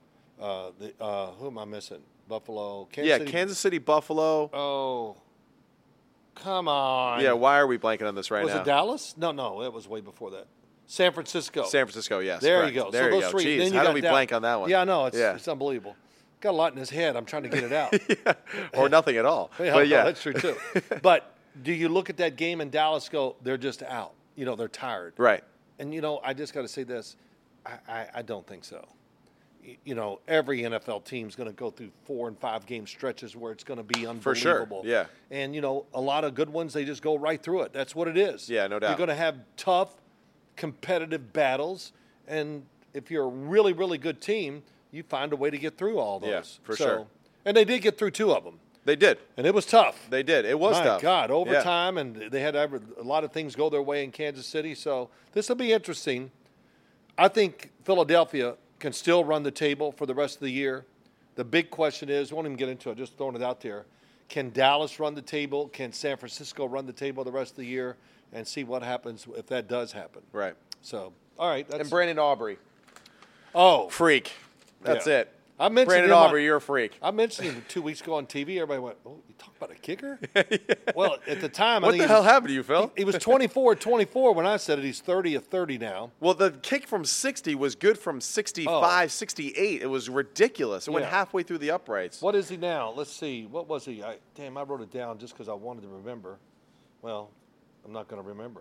Speaker 2: Uh, the, uh, who am I missing? Buffalo, Kansas
Speaker 1: yeah,
Speaker 2: City.
Speaker 1: Kansas City, Buffalo.
Speaker 2: Oh, come on.
Speaker 1: yeah, why are we blanking on this right
Speaker 2: was
Speaker 1: now?
Speaker 2: it Dallas? No, no, it was way before that. San Francisco.
Speaker 1: San Francisco, yes.
Speaker 2: There
Speaker 1: correct.
Speaker 2: you go.
Speaker 1: There
Speaker 2: so
Speaker 1: you
Speaker 2: those
Speaker 1: go.
Speaker 2: three.
Speaker 1: Jeez,
Speaker 2: then you
Speaker 1: how
Speaker 2: got
Speaker 1: did we
Speaker 2: Dal-
Speaker 1: blank on that one?
Speaker 2: Yeah, I know. It's,
Speaker 1: Yeah.
Speaker 2: it's unbelievable. Got a lot in his head. I'm trying to get it out.
Speaker 1: or nothing at all.
Speaker 2: Yeah,
Speaker 1: but
Speaker 2: no,
Speaker 1: yeah,
Speaker 2: that's true too. but do you look at that game in Dallas? Go, they're just out. You know, they're tired.
Speaker 1: Right.
Speaker 2: And you know, I just got to say this: I, I, I don't think so. Y- You know, every NFL team's going to go through four and five game stretches where it's going to be unbelievable.
Speaker 1: sure. Yeah.
Speaker 2: And you know, a lot of good ones they just go right through it. That's what it is.
Speaker 1: Yeah, no doubt.
Speaker 2: You're going to have tough, competitive battles, and if you're a really, really good team, you find a way to get through all those.
Speaker 1: Yeah, for
Speaker 2: So-
Speaker 1: sure.
Speaker 2: And they did get through two of them,
Speaker 1: They did.
Speaker 2: and it was tough.
Speaker 1: They did. It was
Speaker 2: My
Speaker 1: tough.
Speaker 2: God,
Speaker 1: Yeah.
Speaker 2: overtime, and they had ever- a lot of things go their way in Kansas City. So this will be interesting. I think Philadelphia can still run the table for the rest of the year. The big question is, won't even get into it. Just throwing it out there. Can Dallas run the table? Can San Francisco run the table the rest of the year? And see what happens if that does happen.
Speaker 1: Right.
Speaker 2: So, all right. That's,
Speaker 1: And Brandon Aubrey,
Speaker 2: oh,
Speaker 1: freak. That's
Speaker 2: Yeah.
Speaker 1: it.
Speaker 2: I mentioned
Speaker 1: Brandon
Speaker 2: him on-
Speaker 1: Aubrey. you're a freak.
Speaker 2: I mentioned him two weeks ago on TV. Everybody went, "Oh, you talk about a kicker?" Well, at the time, I
Speaker 1: What
Speaker 2: think
Speaker 1: the
Speaker 2: he
Speaker 1: hell
Speaker 2: was-
Speaker 1: happened to you, Phil?
Speaker 2: He was 24 24 when I said it. He's 30 of 30 now.
Speaker 1: well, the kick from 60 was good from 65, 68. It was ridiculous. It went
Speaker 2: Oh. Yeah.
Speaker 1: halfway through the uprights.
Speaker 2: What is he now? Let's see. What was he? I, damn, I wrote it down just because I wanted to remember. Well, I'm not going to remember.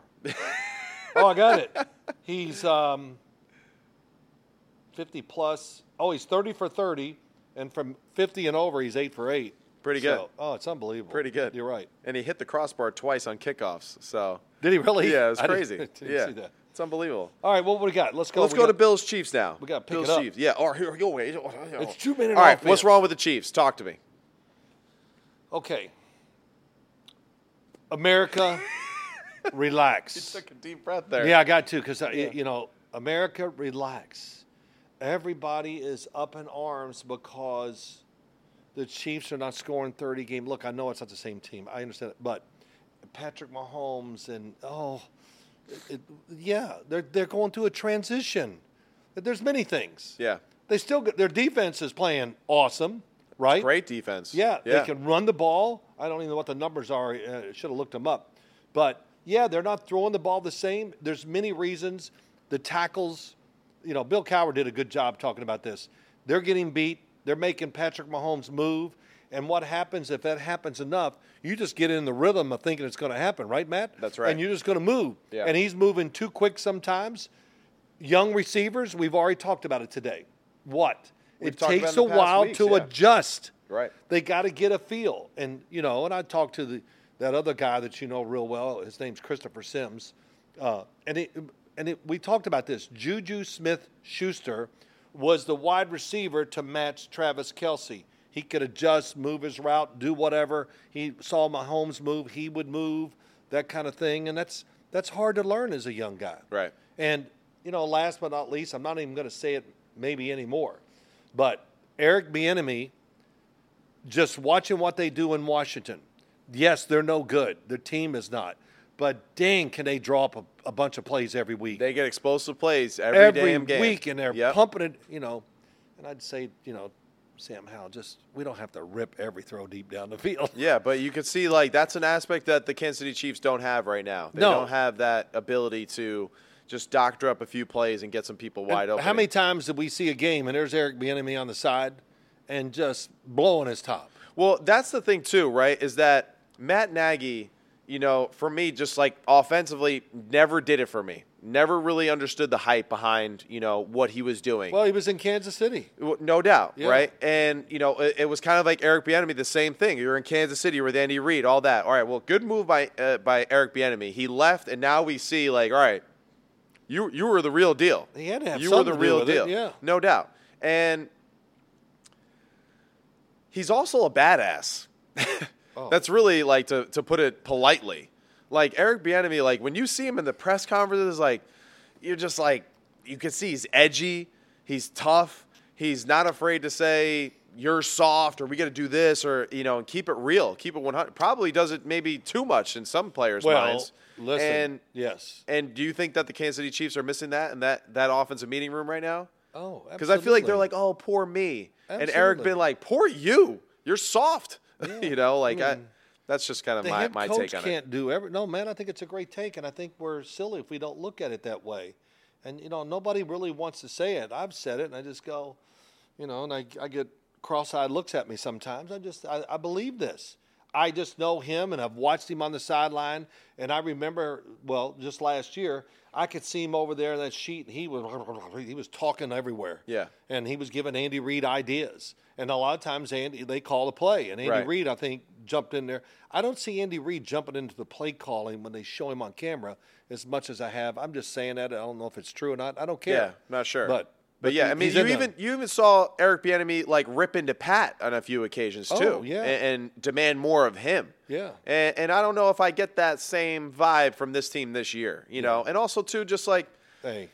Speaker 2: oh, I got it. He's um, 50 plus. Oh, he's 30 for 30. And from 50 and over, he's 8 for 8.
Speaker 1: Pretty good.
Speaker 2: So- oh, it's unbelievable.
Speaker 1: Pretty good.
Speaker 2: You're right.
Speaker 1: And he hit the crossbar twice on kickoffs. So,
Speaker 2: Did he really?
Speaker 1: yeah, it was
Speaker 2: I didn't-
Speaker 1: crazy.
Speaker 2: didn't
Speaker 1: yeah.
Speaker 2: see that.
Speaker 1: It's unbelievable.
Speaker 2: All right, what we got? Let's go.
Speaker 1: Let's
Speaker 2: We
Speaker 1: go to
Speaker 2: got-
Speaker 1: Bills Chiefs now.
Speaker 2: We gotta pick
Speaker 1: Bills
Speaker 2: it up.
Speaker 1: Chiefs. Yeah. Or here we go. Wait. It's
Speaker 2: two-minute
Speaker 1: All right. What's
Speaker 2: offense.
Speaker 1: wrong with the Chiefs? Talk to me.
Speaker 2: Okay. America, relax.
Speaker 1: Took a deep breath there.
Speaker 2: Yeah, I got to because you know America, relax. Everybody is up in arms because the Chiefs are not scoring thirty game. Look, I know it's not the same team. I understand it, but Patrick Mahomes and oh, it- yeah, they're they're going through a transition. There's many things.
Speaker 1: Yeah.
Speaker 2: They still get, their defense is playing awesome, right?
Speaker 1: Great defense.
Speaker 2: Yeah,
Speaker 1: yeah.
Speaker 2: they can run the ball. I don't even know what the numbers are. Uh, Should have looked them up. But yeah, they're not throwing the ball the same. There's many reasons. The tackles, you know, Bill Cowher did a good job talking about this. They're getting beat. They're making Patrick Mahomes move. And what happens if that happens enough? You just get in the rhythm of thinking it's going to happen, right, Matt?
Speaker 1: That's right.
Speaker 2: And you're just going to move.
Speaker 1: Yeah.
Speaker 2: And he's moving too quick sometimes. Young receivers, we've already talked about it today. What?
Speaker 1: talked
Speaker 2: it
Speaker 1: about
Speaker 2: takes
Speaker 1: it
Speaker 2: a
Speaker 1: in the past
Speaker 2: while
Speaker 1: weeks,
Speaker 2: to
Speaker 1: yeah.
Speaker 2: adjust.
Speaker 1: Right.
Speaker 2: They got to get a feel, and you know. And I talked to the that other guy that you know real well. His name's Christopher Sims, uh, and it, and it, we talked about this. Juju Smith Schuster was the wide receiver to match Travis Kelsey. He could adjust, move his route, do whatever. He saw Mahomes move, he would move, that kind of thing. And that's that's hard to learn as a young guy.
Speaker 1: Right.
Speaker 2: And, you know, last but not least, I'm not even going to say it maybe anymore, but Eric Bieniemy, just watching what they do in Washington, yes, they're no good. Their team is not. But dang, can they draw up a, a bunch of plays every week?
Speaker 1: They get explosive plays every,
Speaker 2: every
Speaker 1: damn game.
Speaker 2: week, and they're
Speaker 1: Yep.
Speaker 2: pumping it, you know. And I'd say, you know, Sam Howell, just we don't have to rip every throw deep down the field.
Speaker 1: Yeah, but you can see like that's an aspect that the Kansas City Chiefs don't have right now. They
Speaker 2: No.
Speaker 1: don't have that ability to just doctor up a few plays and get some people wide
Speaker 2: And
Speaker 1: open.
Speaker 2: How many times did we see a game and there's Eric Bieniemy on the side and just blowing his top?
Speaker 1: Well, that's the thing too, right? Is that Matt Nagy, you know, for me, just like offensively, never did it for me. Never really understood the hype behind, you know, what he was doing.
Speaker 2: Well, he was in Kansas City.
Speaker 1: Well, no doubt,
Speaker 2: Yeah.
Speaker 1: right? And you know, it, it was kind of like Eric Bieniemy, the same thing. You're in Kansas City with Andy Reid, all that. All right, well, good move by uh, by Eric Bieniemy. He left, and now we see like, all right, you you were the real deal.
Speaker 2: He had to have
Speaker 1: you were
Speaker 2: something
Speaker 1: the
Speaker 2: to do
Speaker 1: real
Speaker 2: with it,
Speaker 1: deal,
Speaker 2: yeah.
Speaker 1: no doubt. And he's also a badass. That's really like to to put it politely. Like Eric Bieniemy, like when you see him in the press conferences, like you're just like you can see he's edgy, he's tough, he's not afraid to say you're soft or we got to do this or you know and keep it real, keep it 100. Probably does it maybe too much in some players' minds.
Speaker 2: listen.
Speaker 1: And
Speaker 2: yes.
Speaker 1: and do you think that the Kansas City Chiefs are missing that in that that offensive meeting room right now?
Speaker 2: Oh,
Speaker 1: Because I feel like they're
Speaker 2: absolutely.
Speaker 1: like, oh, poor me. And Eric
Speaker 2: Absolutely.
Speaker 1: been like, poor you. You're soft. you know, like I, that's just kind of
Speaker 2: the
Speaker 1: my,
Speaker 2: head
Speaker 1: my
Speaker 2: coach
Speaker 1: take on it.
Speaker 2: can't do every. No, man, I think it's a great take, and I think we're silly if we don't look at it that way. And you know, nobody really wants to say it. I've said it, and I just go, you know, and I, I get cross-eyed looks at me sometimes. I just I, I believe this. I just know him, and I've watched him on the sideline, and I remember well just last year. I could see him over there in that sheet, and he was he was talking everywhere.
Speaker 1: Yeah.
Speaker 2: and he was giving Andy Reid ideas, and a lot of times Andy they call a play, and Andy
Speaker 1: Right.
Speaker 2: Reid. Reid, I think, jumped in there. I don't see Andy Reid jumping into the play calling when they show him on camera as much as I have. I'm just saying that. I don't know if it's true or not. I don't care.
Speaker 1: Yeah, not sure.
Speaker 2: But
Speaker 1: but, yeah,
Speaker 2: he-
Speaker 1: I mean,
Speaker 2: he's
Speaker 1: you
Speaker 2: in there.
Speaker 1: even you even saw Eric Bieniemy like rip into Pat on a few occasions too,
Speaker 2: Oh, yeah.
Speaker 1: and, and demand more of him.
Speaker 2: Yeah.
Speaker 1: and, and I don't know if I get that same vibe from this team this year. You know, and also too, just like
Speaker 2: hey,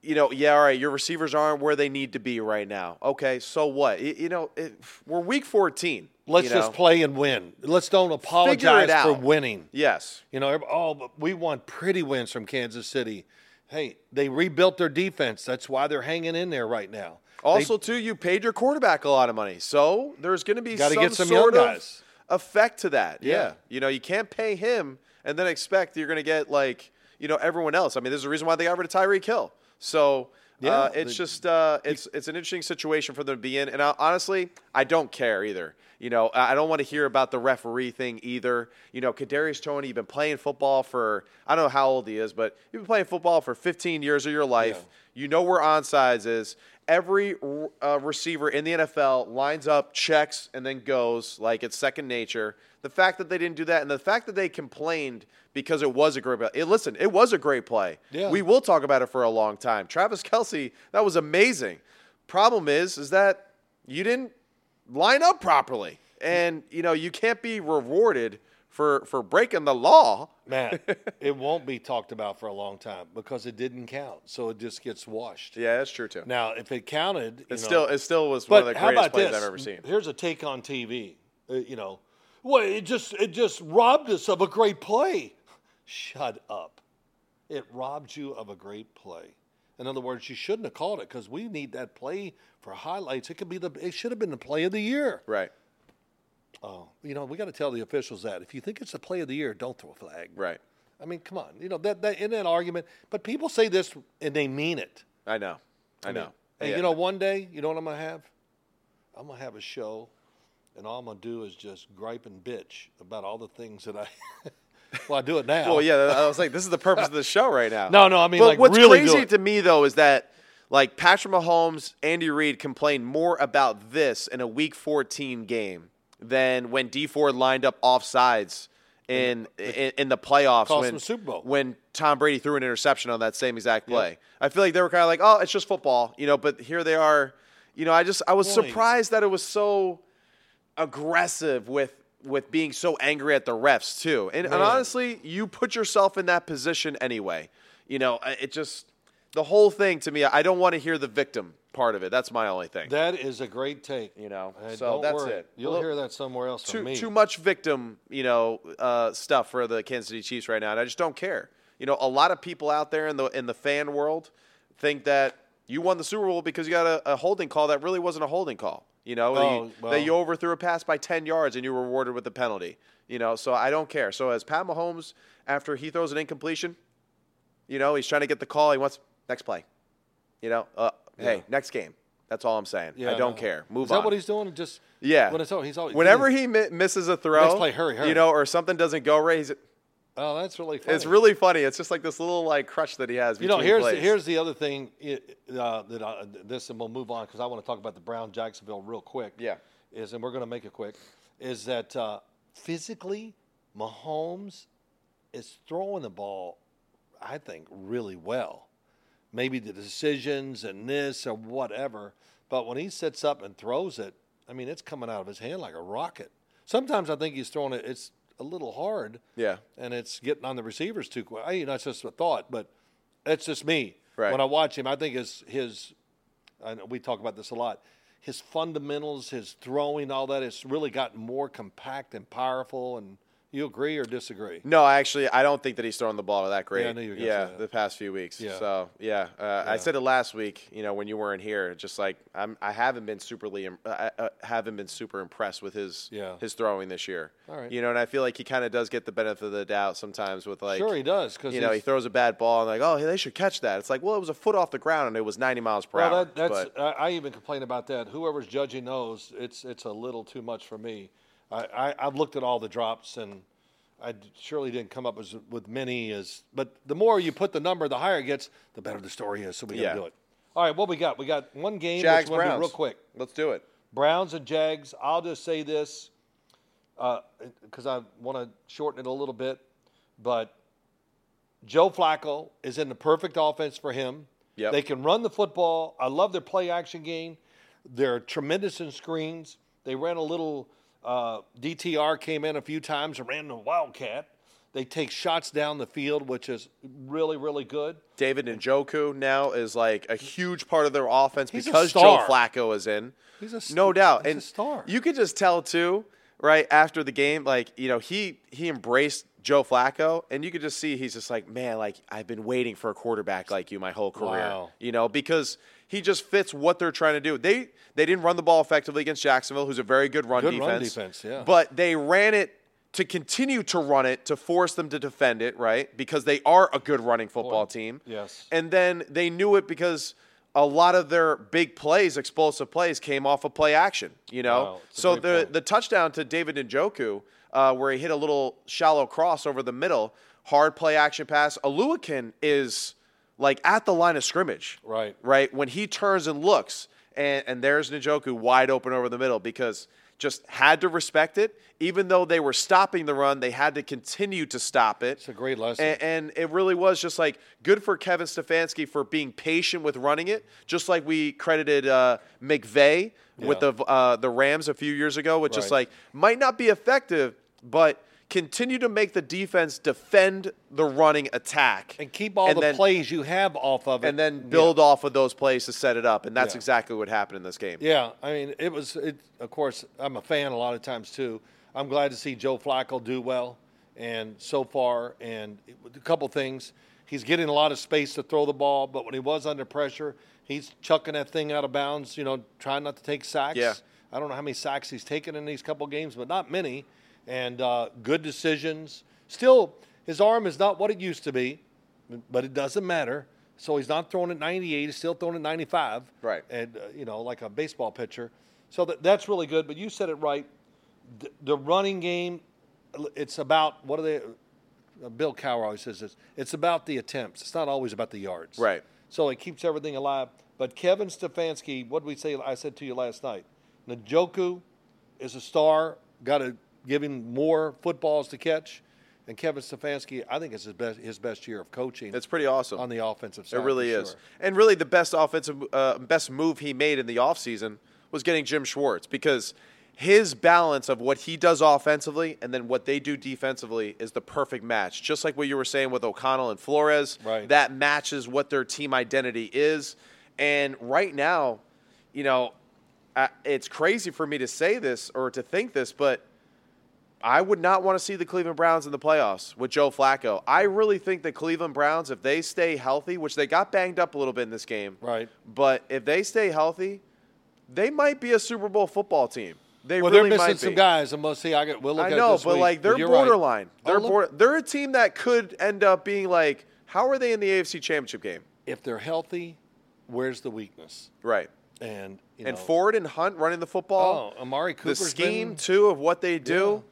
Speaker 1: you know, yeah, all right, your receivers aren't where they need to be right now. Okay, so what? Y- you know, it, we're week fourteen.
Speaker 2: let's
Speaker 1: you
Speaker 2: just
Speaker 1: know?
Speaker 2: play and win. Let's don't apologize for
Speaker 1: out.
Speaker 2: winning.
Speaker 1: Yes,
Speaker 2: You know, every- oh, but we want pretty wins from Kansas City. Hey, they rebuilt their defense. That's why they're hanging in there right now. They-
Speaker 1: Also, too, you paid your quarterback a lot of money, so there's going to be
Speaker 2: Gotta
Speaker 1: some,
Speaker 2: get some young
Speaker 1: sort of
Speaker 2: guys.
Speaker 1: effect to that. Yeah.
Speaker 2: Yeah.
Speaker 1: you know, you can't pay him and then expect you're going to get like you know everyone else. I mean, there's a reason why they got rid of Tyreek Hill. So
Speaker 2: Yeah,
Speaker 1: uh, it's
Speaker 2: they-
Speaker 1: just uh, it's it's an interesting situation for them to be in, and I, honestly, I don't care either. You know, I I don't want to hear about the referee thing either. You know, Kadarius Tony, you've been playing football for I don't know how old he is, but you've been playing football for 15 years of your life. You know where onsides is. Every uh, receiver in the NFL lines up, checks, and then goes like it's second nature. The fact that they didn't do that, and the fact that they complained because it was a great play. It, listen, it was a great play.
Speaker 2: Yeah.
Speaker 1: We will talk about it for a long time. Travis Kelsey, that was amazing. Problem is, is that you didn't line up properly, and you know you can't be rewarded for for breaking the law.
Speaker 2: Matt, it won't be talked about for a long time because it didn't count. So it just gets washed.
Speaker 1: Yeah, that's true too.
Speaker 2: Now, if it counted, you
Speaker 1: it
Speaker 2: know-
Speaker 1: still it still was
Speaker 2: But
Speaker 1: one of the
Speaker 2: how
Speaker 1: greatest
Speaker 2: about
Speaker 1: plays
Speaker 2: this?
Speaker 1: I've ever seen.
Speaker 2: Here's a take on TV. Uh, you know, well, it just it just robbed us of a great play. Shut up! It robbed you of a great play. In other words, you shouldn't have called it because we need that play for highlights. It could be the it should have been the play of the year.
Speaker 1: Right.
Speaker 2: Oh, you know, we got to tell the officials that if you think it's the play of the year, don't throw a flag.
Speaker 1: Right.
Speaker 2: I mean, come on. You know that, that in that argument, but people say this and they mean it.
Speaker 1: I know. I, know.
Speaker 2: And
Speaker 1: Yeah.
Speaker 2: you know, one day, you know what I'm gonna have? I'm gonna have a show, and all I'm gonna do is just gripe and bitch about all the things that I. well, I do it now.
Speaker 1: Well, yeah, I was like, this is the purpose of the show right now.
Speaker 2: No, no, I mean,
Speaker 1: but
Speaker 2: like,
Speaker 1: what's
Speaker 2: really do
Speaker 1: crazy
Speaker 2: it.
Speaker 1: to me though is that like Patrick Mahomes, Andy Reid complained more about this in a Week 14 game than when D Ford lined up offsides in in, in the playoffs
Speaker 2: Cost
Speaker 1: when
Speaker 2: them Super Bowl.
Speaker 1: when Tom Brady threw an interception on that same exact play. I feel like they were kind of like, oh, it's just football, you know. But here they are, you know. I just I was
Speaker 2: Right.
Speaker 1: surprised that it was so aggressive with with being so angry at the refs too. And, and honestly, you put yourself in that position anyway. You know, I- it just the whole thing to me. I don't want to hear the victim part of it. That's my only thing.
Speaker 2: That is a great take.
Speaker 1: You know,
Speaker 2: Uh,
Speaker 1: so
Speaker 2: don't
Speaker 1: that's
Speaker 2: worry.
Speaker 1: it.
Speaker 2: You'll
Speaker 1: Well,
Speaker 2: hear that somewhere else from
Speaker 1: too
Speaker 2: me.
Speaker 1: too much victim, you know, uh, stuff for the Kansas City Chiefs right now, and I just don't care. You know, a lot of people out there in the in the fan world think that you won the Super Bowl because you got a, a holding call that really wasn't a holding call. You know, that
Speaker 2: Oh,
Speaker 1: you-
Speaker 2: well.
Speaker 1: that you overthrew a pass by ten yards and you were rewarded with a penalty. You know, so I don't care. So as Pat Mahomes, after he throws an incompletion, you know, he's trying to get the call. He wants next play. You know, uh,
Speaker 2: Yeah.
Speaker 1: hey, next game. That's all I'm saying. I
Speaker 2: Yeah,
Speaker 1: don't
Speaker 2: no.
Speaker 1: care. Move
Speaker 2: Is that
Speaker 1: on.
Speaker 2: what he's doing? Just
Speaker 1: Yeah.
Speaker 2: When it's over, he's always
Speaker 1: Whenever he mi- misses a throw,
Speaker 2: Next play, hurry, hurry.
Speaker 1: you know, or something doesn't go right, he's,
Speaker 2: Oh, that's really. Funny.
Speaker 1: it's really funny. It's just like this little like crutch that he has.
Speaker 2: You know,
Speaker 1: between
Speaker 2: here's
Speaker 1: plays.
Speaker 2: here's the other thing it, uh, that I, this, and we'll move on because I want to talk about the Brown Jacksonville real quick.
Speaker 1: Yeah.
Speaker 2: is and we're going to make it quick. Is that uh, physically, Mahomes is throwing the ball, I think, really well. Maybe the decisions and this or whatever, but when he sits up and throws it, I mean, it's coming out of his hand like a rocket. Sometimes I think he's throwing it; it's a little hard
Speaker 1: yeah,
Speaker 2: and it's getting on the receivers too quick. I, you know, it's just a thought, but that's just me.
Speaker 1: Right.
Speaker 2: When I watch him, I think his his. I know we talk about this a lot. His fundamentals, his throwing, all that, it's really gotten more compact and powerful. And you agree or disagree?
Speaker 1: no, I actually, I don't think that he's throwing the ball that great.
Speaker 2: Yeah, I knew you were gonna say that.
Speaker 1: the past few weeks.
Speaker 2: Yeah.
Speaker 1: So yeah, uh, I said it last week. You know, when you weren't here, just like I'm, I haven't been superly, im- I, I haven't been super impressed with his
Speaker 2: Yeah.
Speaker 1: his throwing this year.
Speaker 2: All right.
Speaker 1: You know, and I feel like he kind of does get the benefit of the doubt sometimes with like
Speaker 2: sure, he does because
Speaker 1: You know, he throws a bad ball and like, oh, hey, they should catch that. It's like, well, it was a foot off the ground and it was 90 miles per hour.
Speaker 2: Well, that, that's
Speaker 1: but-
Speaker 2: I, I even complain about that. Whoever's judging knows it's it's a little too much for me. I, I I've looked at all the drops and I d- surely didn't come up as with many as. But the more you put the number, the higher it gets, the better the story is. So we gotta
Speaker 1: Yeah.
Speaker 2: do it. All right, what we got? We got one game.
Speaker 1: Jags
Speaker 2: which we're gonna do
Speaker 1: Browns.
Speaker 2: real quick.
Speaker 1: Let's do it.
Speaker 2: Browns and Jags. I'll just say this uh, because I want to shorten it a little bit, but Joe Flacco is in the perfect offense for him.
Speaker 1: Yep.
Speaker 2: They can run the football. I love their play action game. They're tremendous in screens. They ran a little uh, DTR came in a few times and ran the wildcat. They take shots down the field, which is really really good.
Speaker 1: David Njoku now is like a huge part of their offense
Speaker 2: He's a
Speaker 1: because Joe
Speaker 2: star.
Speaker 1: Flacco is in.
Speaker 2: He's a st-
Speaker 1: no doubt,
Speaker 2: he's a
Speaker 1: and
Speaker 2: star.
Speaker 1: You could just tell too, right after the game, like you know he he embraced Joe Flacco, and you could just see he's just like, man, like I've been waiting for a quarterback like you my whole career,
Speaker 2: Wow.
Speaker 1: you know, because he just fits what they're trying to do. They they didn't run the ball effectively against Jacksonville, who's a very good run
Speaker 2: Good
Speaker 1: defense,
Speaker 2: run defense, yeah.
Speaker 1: but they ran it. To continue to run it, to force them to defend it, right? Because they are a good running football team.
Speaker 2: Yes.
Speaker 1: And then they knew it because a lot of their big plays, explosive plays, came off of play action. You know,
Speaker 2: Wow, it's a
Speaker 1: so
Speaker 2: great
Speaker 1: the
Speaker 2: point.
Speaker 1: the touchdown to David Njoku, uh, where he hit a little shallow cross over the middle, hard play action pass. Aluakin is like at the line of scrimmage,
Speaker 2: Right.
Speaker 1: Right when he turns and looks, and and there's Njoku wide open over the middle because. Just had to respect it, even though they were stopping the run. They had to continue to stop it.
Speaker 2: It's a great lesson.
Speaker 1: A- and it really was just like good for Kevin Stefanski for being patient with running it, just like we credited uh, McVay with
Speaker 2: Yeah.
Speaker 1: the uh, the Rams a few years ago, which just
Speaker 2: Right.
Speaker 1: like might not be effective, but continue to make the defense defend the running attack
Speaker 2: And keep all the
Speaker 1: then-
Speaker 2: plays you have off of it,
Speaker 1: and
Speaker 2: Yeah.
Speaker 1: then build off of those plays to set it up, and that's
Speaker 2: Yeah.
Speaker 1: exactly what happened in this game.
Speaker 2: Yeah, I mean, it was. It, of course, I'm a fan a lot of times too. I'm glad to see Joe Flacco do well, and so far, and a couple things. he's getting a lot of space to throw the ball, but when he was under pressure, he's chucking that thing out of bounds. You know, trying not to take sacks.
Speaker 1: Yeah.
Speaker 2: I don't know how many sacks he's taken in these couple games, but not many. And uh, good decisions. Still, his arm is not what it used to be, but it doesn't matter. So he's not throwing at 98. He's still throwing at 95.
Speaker 1: Right.
Speaker 2: And, uh, you know, like a baseball pitcher. So that, that's really good. But you said it right. The, the running game, it's about, what are they? uh, Bill Cowher always says this it's about the attempts, it's not always about the yards.
Speaker 1: Right.
Speaker 2: So it keeps everything alive. But Kevin Stefanski, what did we say? I said to you last night. Njoku is a star. Got to give him more footballs to catch. And Kevin Stefanski, I think it's his best his best year of coaching
Speaker 1: It's pretty awesome.
Speaker 2: on the offensive side.
Speaker 1: It really
Speaker 2: for
Speaker 1: is.
Speaker 2: sure.
Speaker 1: And really, the best offensive, uh, best move he made in the offseason was getting Jim Schwartz because his balance of what he does offensively and then what they do defensively is the perfect match. Just like what you were saying with O'Connell and Flores,
Speaker 2: Right.
Speaker 1: that matches what their team identity is. And right now, you know, I, it's crazy for me to say this or to think this, but I would not want to see the Cleveland Browns in the playoffs with Joe Flacco. I really think the Cleveland Browns, if they stay healthy, which they got banged up a little bit in this game,
Speaker 2: Right.
Speaker 1: But if they stay healthy, they might be a Super Bowl football team. They
Speaker 2: Well,
Speaker 1: really
Speaker 2: they're missing
Speaker 1: might
Speaker 2: some
Speaker 1: be.
Speaker 2: guys. And we'll see. I get, we'll look
Speaker 1: I
Speaker 2: at it
Speaker 1: know,
Speaker 2: this
Speaker 1: but
Speaker 2: week.
Speaker 1: like they're
Speaker 2: you're right.
Speaker 1: borderline. They're
Speaker 2: Oh, look,
Speaker 1: border- They're a team that could end up being like, how are they in the AFC Championship game?
Speaker 2: If they're healthy, where's the weakness?
Speaker 1: Right.
Speaker 2: And you
Speaker 1: and
Speaker 2: know,
Speaker 1: Ford and Hunt running the football.
Speaker 2: Oh, Amari
Speaker 1: the
Speaker 2: Cooper's
Speaker 1: scheme
Speaker 2: been-
Speaker 1: too of what they do.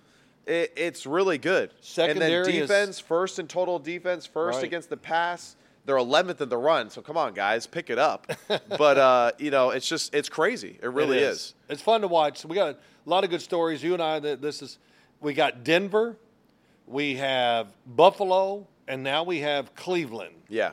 Speaker 1: It, it's really good. and
Speaker 2: Secondary
Speaker 1: then
Speaker 2: is-
Speaker 1: defense first in total defense first
Speaker 2: Right.
Speaker 1: against the pass. They're 11th in the run, so come on, guys, pick it up. but uh, you know, it's just it's crazy. It really
Speaker 2: It
Speaker 1: is.
Speaker 2: It's fun to watch. We got a lot of good stories. You and I. that This is. We got Denver. We have Buffalo, and now we have Cleveland.
Speaker 1: Yeah,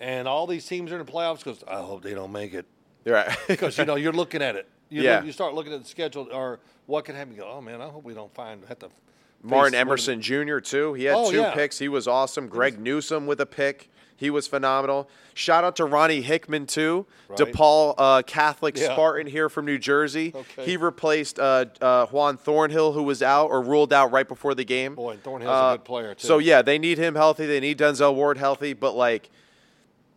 Speaker 2: And all these teams are in the playoffs because I hope they don't make it.
Speaker 1: you're right.
Speaker 2: Because you know you're looking at it. You
Speaker 1: Yeah.
Speaker 2: look- you start looking at the schedule or what could happen. You go, oh man, I hope we don't find have to. face one
Speaker 1: Martin
Speaker 2: of
Speaker 1: Emerson Jr. too. He had
Speaker 2: Oh,
Speaker 1: two
Speaker 2: yeah.
Speaker 1: picks. He was awesome. Greg Newsom with a pick. He was phenomenal. Shout out to Ronnie Hickman too.
Speaker 2: Right.
Speaker 1: DePaul uh, Catholic
Speaker 2: Yeah.
Speaker 1: Spartan here from New Jersey.
Speaker 2: Okay.
Speaker 1: He replaced uh, uh, Juan Thornhill, wou was out or ruled out right before the game.
Speaker 2: Boy, and Thornhill's a good player,
Speaker 1: Uh, So
Speaker 2: too.
Speaker 1: yeah, they need him healthy. They need Denzel Ward healthy. But like,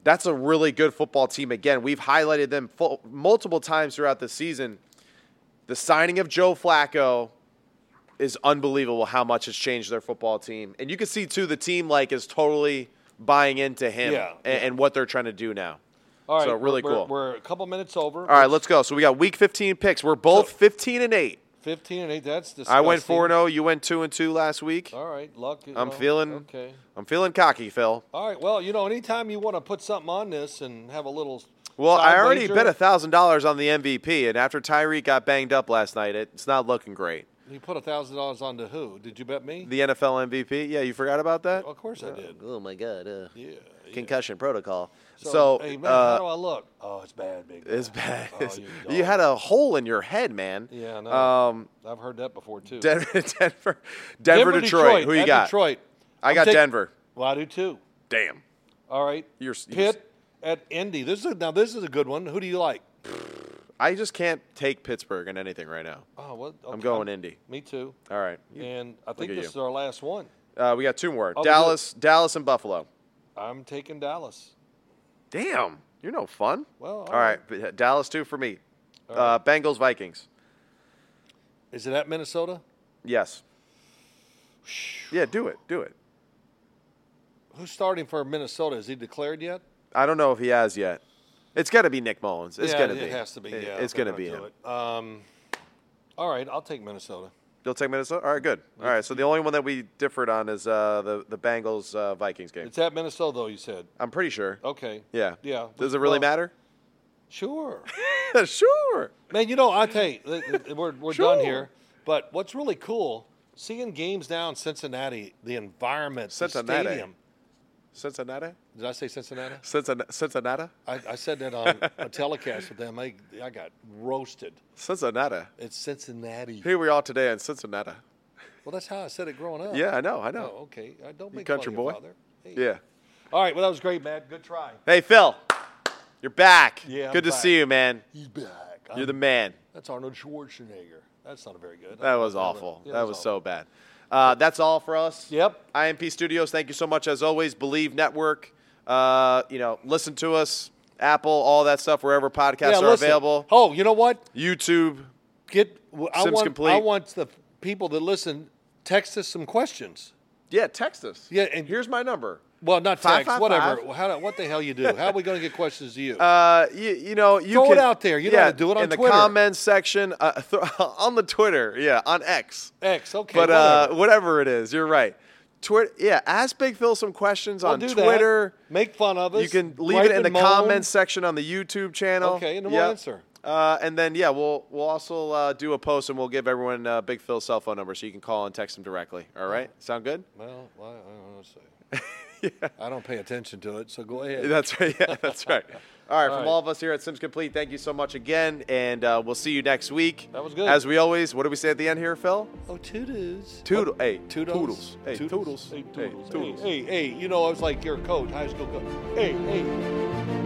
Speaker 1: that's a really good football team. Again, we've highlighted them full, multiple times throughout the season. The signing of Joe Flacco is unbelievable how much has changed their football team. And you can see too the team like is totally buying into him
Speaker 2: Yeah,
Speaker 1: and, and what they're trying to do now.
Speaker 2: All right,
Speaker 1: so really
Speaker 2: we're-
Speaker 1: cool.
Speaker 2: We're, we're a couple minutes over.
Speaker 1: All right, let's go. So we got week 15 picks. We're both
Speaker 2: So-
Speaker 1: 15 and 8.
Speaker 2: Fifteen and eight. That's disgusting.
Speaker 1: I went 4 and 0, you went 2 and 2 last week.
Speaker 2: All right, luck. you
Speaker 1: I'm
Speaker 2: know,
Speaker 1: feeling
Speaker 2: Oh, okay.
Speaker 1: I'm feeling cocky, Phil.
Speaker 2: All right. Well, you know, anytime you want to put something on this and have a little.
Speaker 1: Well,
Speaker 2: side
Speaker 1: I already
Speaker 2: wager,
Speaker 1: bet thousand dollars on the MVP, and after Tyreek got banged up last night, it- it's not looking great.
Speaker 2: You put a thousand dollars on to who? Did you bet me?
Speaker 1: The NFL MVP, yeah, you forgot about that?
Speaker 2: of course I did.
Speaker 1: Oh my god, uh,
Speaker 2: Yeah. yeah.
Speaker 1: concussion protocol. So,
Speaker 2: hey man,
Speaker 1: uh,
Speaker 2: how do I look? Oh, it's bad, big.
Speaker 1: It's
Speaker 2: guy.
Speaker 1: bad.
Speaker 2: Oh,
Speaker 1: It's-
Speaker 2: you
Speaker 1: you,
Speaker 2: dog.
Speaker 1: had a hole in your head, man.
Speaker 2: Yeah, I know.
Speaker 1: Um,
Speaker 2: I've heard that before too.
Speaker 1: Denver, Denver, Denver, Detroit. Who you
Speaker 2: at
Speaker 1: got?
Speaker 2: Detroit.
Speaker 1: I
Speaker 2: I'm
Speaker 1: got
Speaker 2: taking-
Speaker 1: Denver.
Speaker 2: Well, I do too.
Speaker 1: Damn.
Speaker 2: All right.
Speaker 1: You're- you're-
Speaker 2: Pitt at Indy. This is a, now this is a good one. Who do you like?
Speaker 1: I just can't take Pittsburgh in anything right now.
Speaker 2: Oh, what?
Speaker 1: I'm going Indy.
Speaker 2: Me too.
Speaker 1: All right.
Speaker 2: And I think
Speaker 1: at
Speaker 2: this
Speaker 1: you.
Speaker 2: is our last one.
Speaker 1: Uh, we got two more.
Speaker 2: we do.
Speaker 1: Dallas, Dallas, and Buffalo.
Speaker 2: I'm taking Dallas.
Speaker 1: Damn. You're no fun.
Speaker 2: Well, all
Speaker 1: all right. but, uh, Dallas two for me. Uh, Bengals, Vikings.
Speaker 2: Is it at Minnesota?
Speaker 1: Yes. Yeah, do it. Do it.
Speaker 2: Who's starting for Minnesota? Is he declared yet?
Speaker 1: I don't know if he has yet. It's got to be Nick Mullins. It's
Speaker 2: yeah,
Speaker 1: gonna
Speaker 2: it
Speaker 1: be.
Speaker 2: has to be.
Speaker 1: It-
Speaker 2: yeah,
Speaker 1: it's
Speaker 2: they're
Speaker 1: gonna be
Speaker 2: do
Speaker 1: him.
Speaker 2: it. Um, all right, I'll take Minnesota.
Speaker 1: You'll take Minnesota. All right, good. All right, so the only one that we differed on is uh, the the Bengals uh, Vikings game.
Speaker 2: It's at Minnesota, though. You said
Speaker 1: I'm pretty sure.
Speaker 2: okay.
Speaker 1: Yeah.
Speaker 2: Yeah.
Speaker 1: Does it really
Speaker 2: Well,
Speaker 1: matter?
Speaker 2: Sure.
Speaker 1: sure.
Speaker 2: Man, you know, I tell you, th- th- we're, we're
Speaker 1: Sure.
Speaker 2: done here. But what's really cool, seeing games down in Cincinnati, the environment,
Speaker 1: Cincinnati.
Speaker 2: the stadium.
Speaker 1: Cincinnati.
Speaker 2: Did I say Cincinnati?
Speaker 1: Cincinnati. Cincinnati.
Speaker 2: I, I said that on a telecast with them. I, I got roasted.
Speaker 1: Cincinnati.
Speaker 2: It's Cincinnati.
Speaker 1: Here we are today in Cincinnati.
Speaker 2: Well, that's how I said it growing up.
Speaker 1: Yeah, I know. I
Speaker 2: Oh,
Speaker 1: know.
Speaker 2: okay. I don't make
Speaker 1: country
Speaker 2: fun of
Speaker 1: boy.
Speaker 2: your father. Hey.
Speaker 1: Yeah.
Speaker 2: All right. Well, that was great, Matt. Good try.
Speaker 1: Hey, Phil. You're back.
Speaker 2: Yeah, I'm
Speaker 1: Good to
Speaker 2: back.
Speaker 1: see you, man.
Speaker 2: He's back.
Speaker 1: You're the man.
Speaker 2: That's Arnold Schwarzenegger. That's not very good.
Speaker 1: That was
Speaker 2: Yeah,
Speaker 1: awful.
Speaker 2: yeah,
Speaker 1: that was
Speaker 2: awful.
Speaker 1: so bad. Uh, that's all for us.
Speaker 2: Yep.
Speaker 1: IMP Studios, thank you so much as always. Believe Network, Uh, you know, listen to us, Apple, all that stuff, wherever podcasts are
Speaker 2: listen.
Speaker 1: available.
Speaker 2: Oh, you know what?
Speaker 1: YouTube.
Speaker 2: Get w- I
Speaker 1: Sims
Speaker 2: want
Speaker 1: Complete.
Speaker 2: I want the people that listen text us some questions.
Speaker 1: Yeah, text us.
Speaker 2: Yeah, and-
Speaker 1: here's my number.
Speaker 2: Well, not
Speaker 1: Five,
Speaker 2: text,
Speaker 1: five,
Speaker 2: whatever.
Speaker 1: five.
Speaker 2: How, do- what the hell you do? How are we going to get questions to you?
Speaker 1: Uh, you, you know, you
Speaker 2: Throw it
Speaker 1: can,
Speaker 2: out there. You know how to do it on
Speaker 1: in
Speaker 2: Twitter.
Speaker 1: the comments section, uh, th- on the Twitter, yeah, on X.
Speaker 2: X. Okay,
Speaker 1: but
Speaker 2: whatever.
Speaker 1: uh, whatever it is, you're right. Twitter, yeah, ask Big Phil some questions
Speaker 2: I'll
Speaker 1: on
Speaker 2: do that.
Speaker 1: Twitter.
Speaker 2: Make fun of us.
Speaker 1: You can leave
Speaker 2: gripe
Speaker 1: it in
Speaker 2: and
Speaker 1: the
Speaker 2: moan.
Speaker 1: comments section on the YouTube channel.
Speaker 2: Okay, and then we'll
Speaker 1: Yep.
Speaker 2: answer.
Speaker 1: Uh, and then yeah, we'll we'll also uh, do a post and we'll give everyone uh, Big Phil's cell phone number so you can call and text him directly. All right, sound good?
Speaker 2: Well, I, I don't know what to say. I don't pay attention to it, so go ahead.
Speaker 1: That's right. Yeah, that's right. All right,
Speaker 2: All
Speaker 1: from
Speaker 2: right.
Speaker 1: all of us here at Sims Complete, thank you so much again, and uh, we'll see you next week.
Speaker 2: That was good.
Speaker 1: As we always, what do we say at the end here, Phil?
Speaker 2: Oh, toodles.
Speaker 1: Toodle, hey,
Speaker 2: Toodles.
Speaker 1: toodles, hey, toodles,
Speaker 2: Hey,
Speaker 1: hey,
Speaker 2: toodles. Hey, hey, hey, you know, I was like your coach, high school coach. Hey, hey.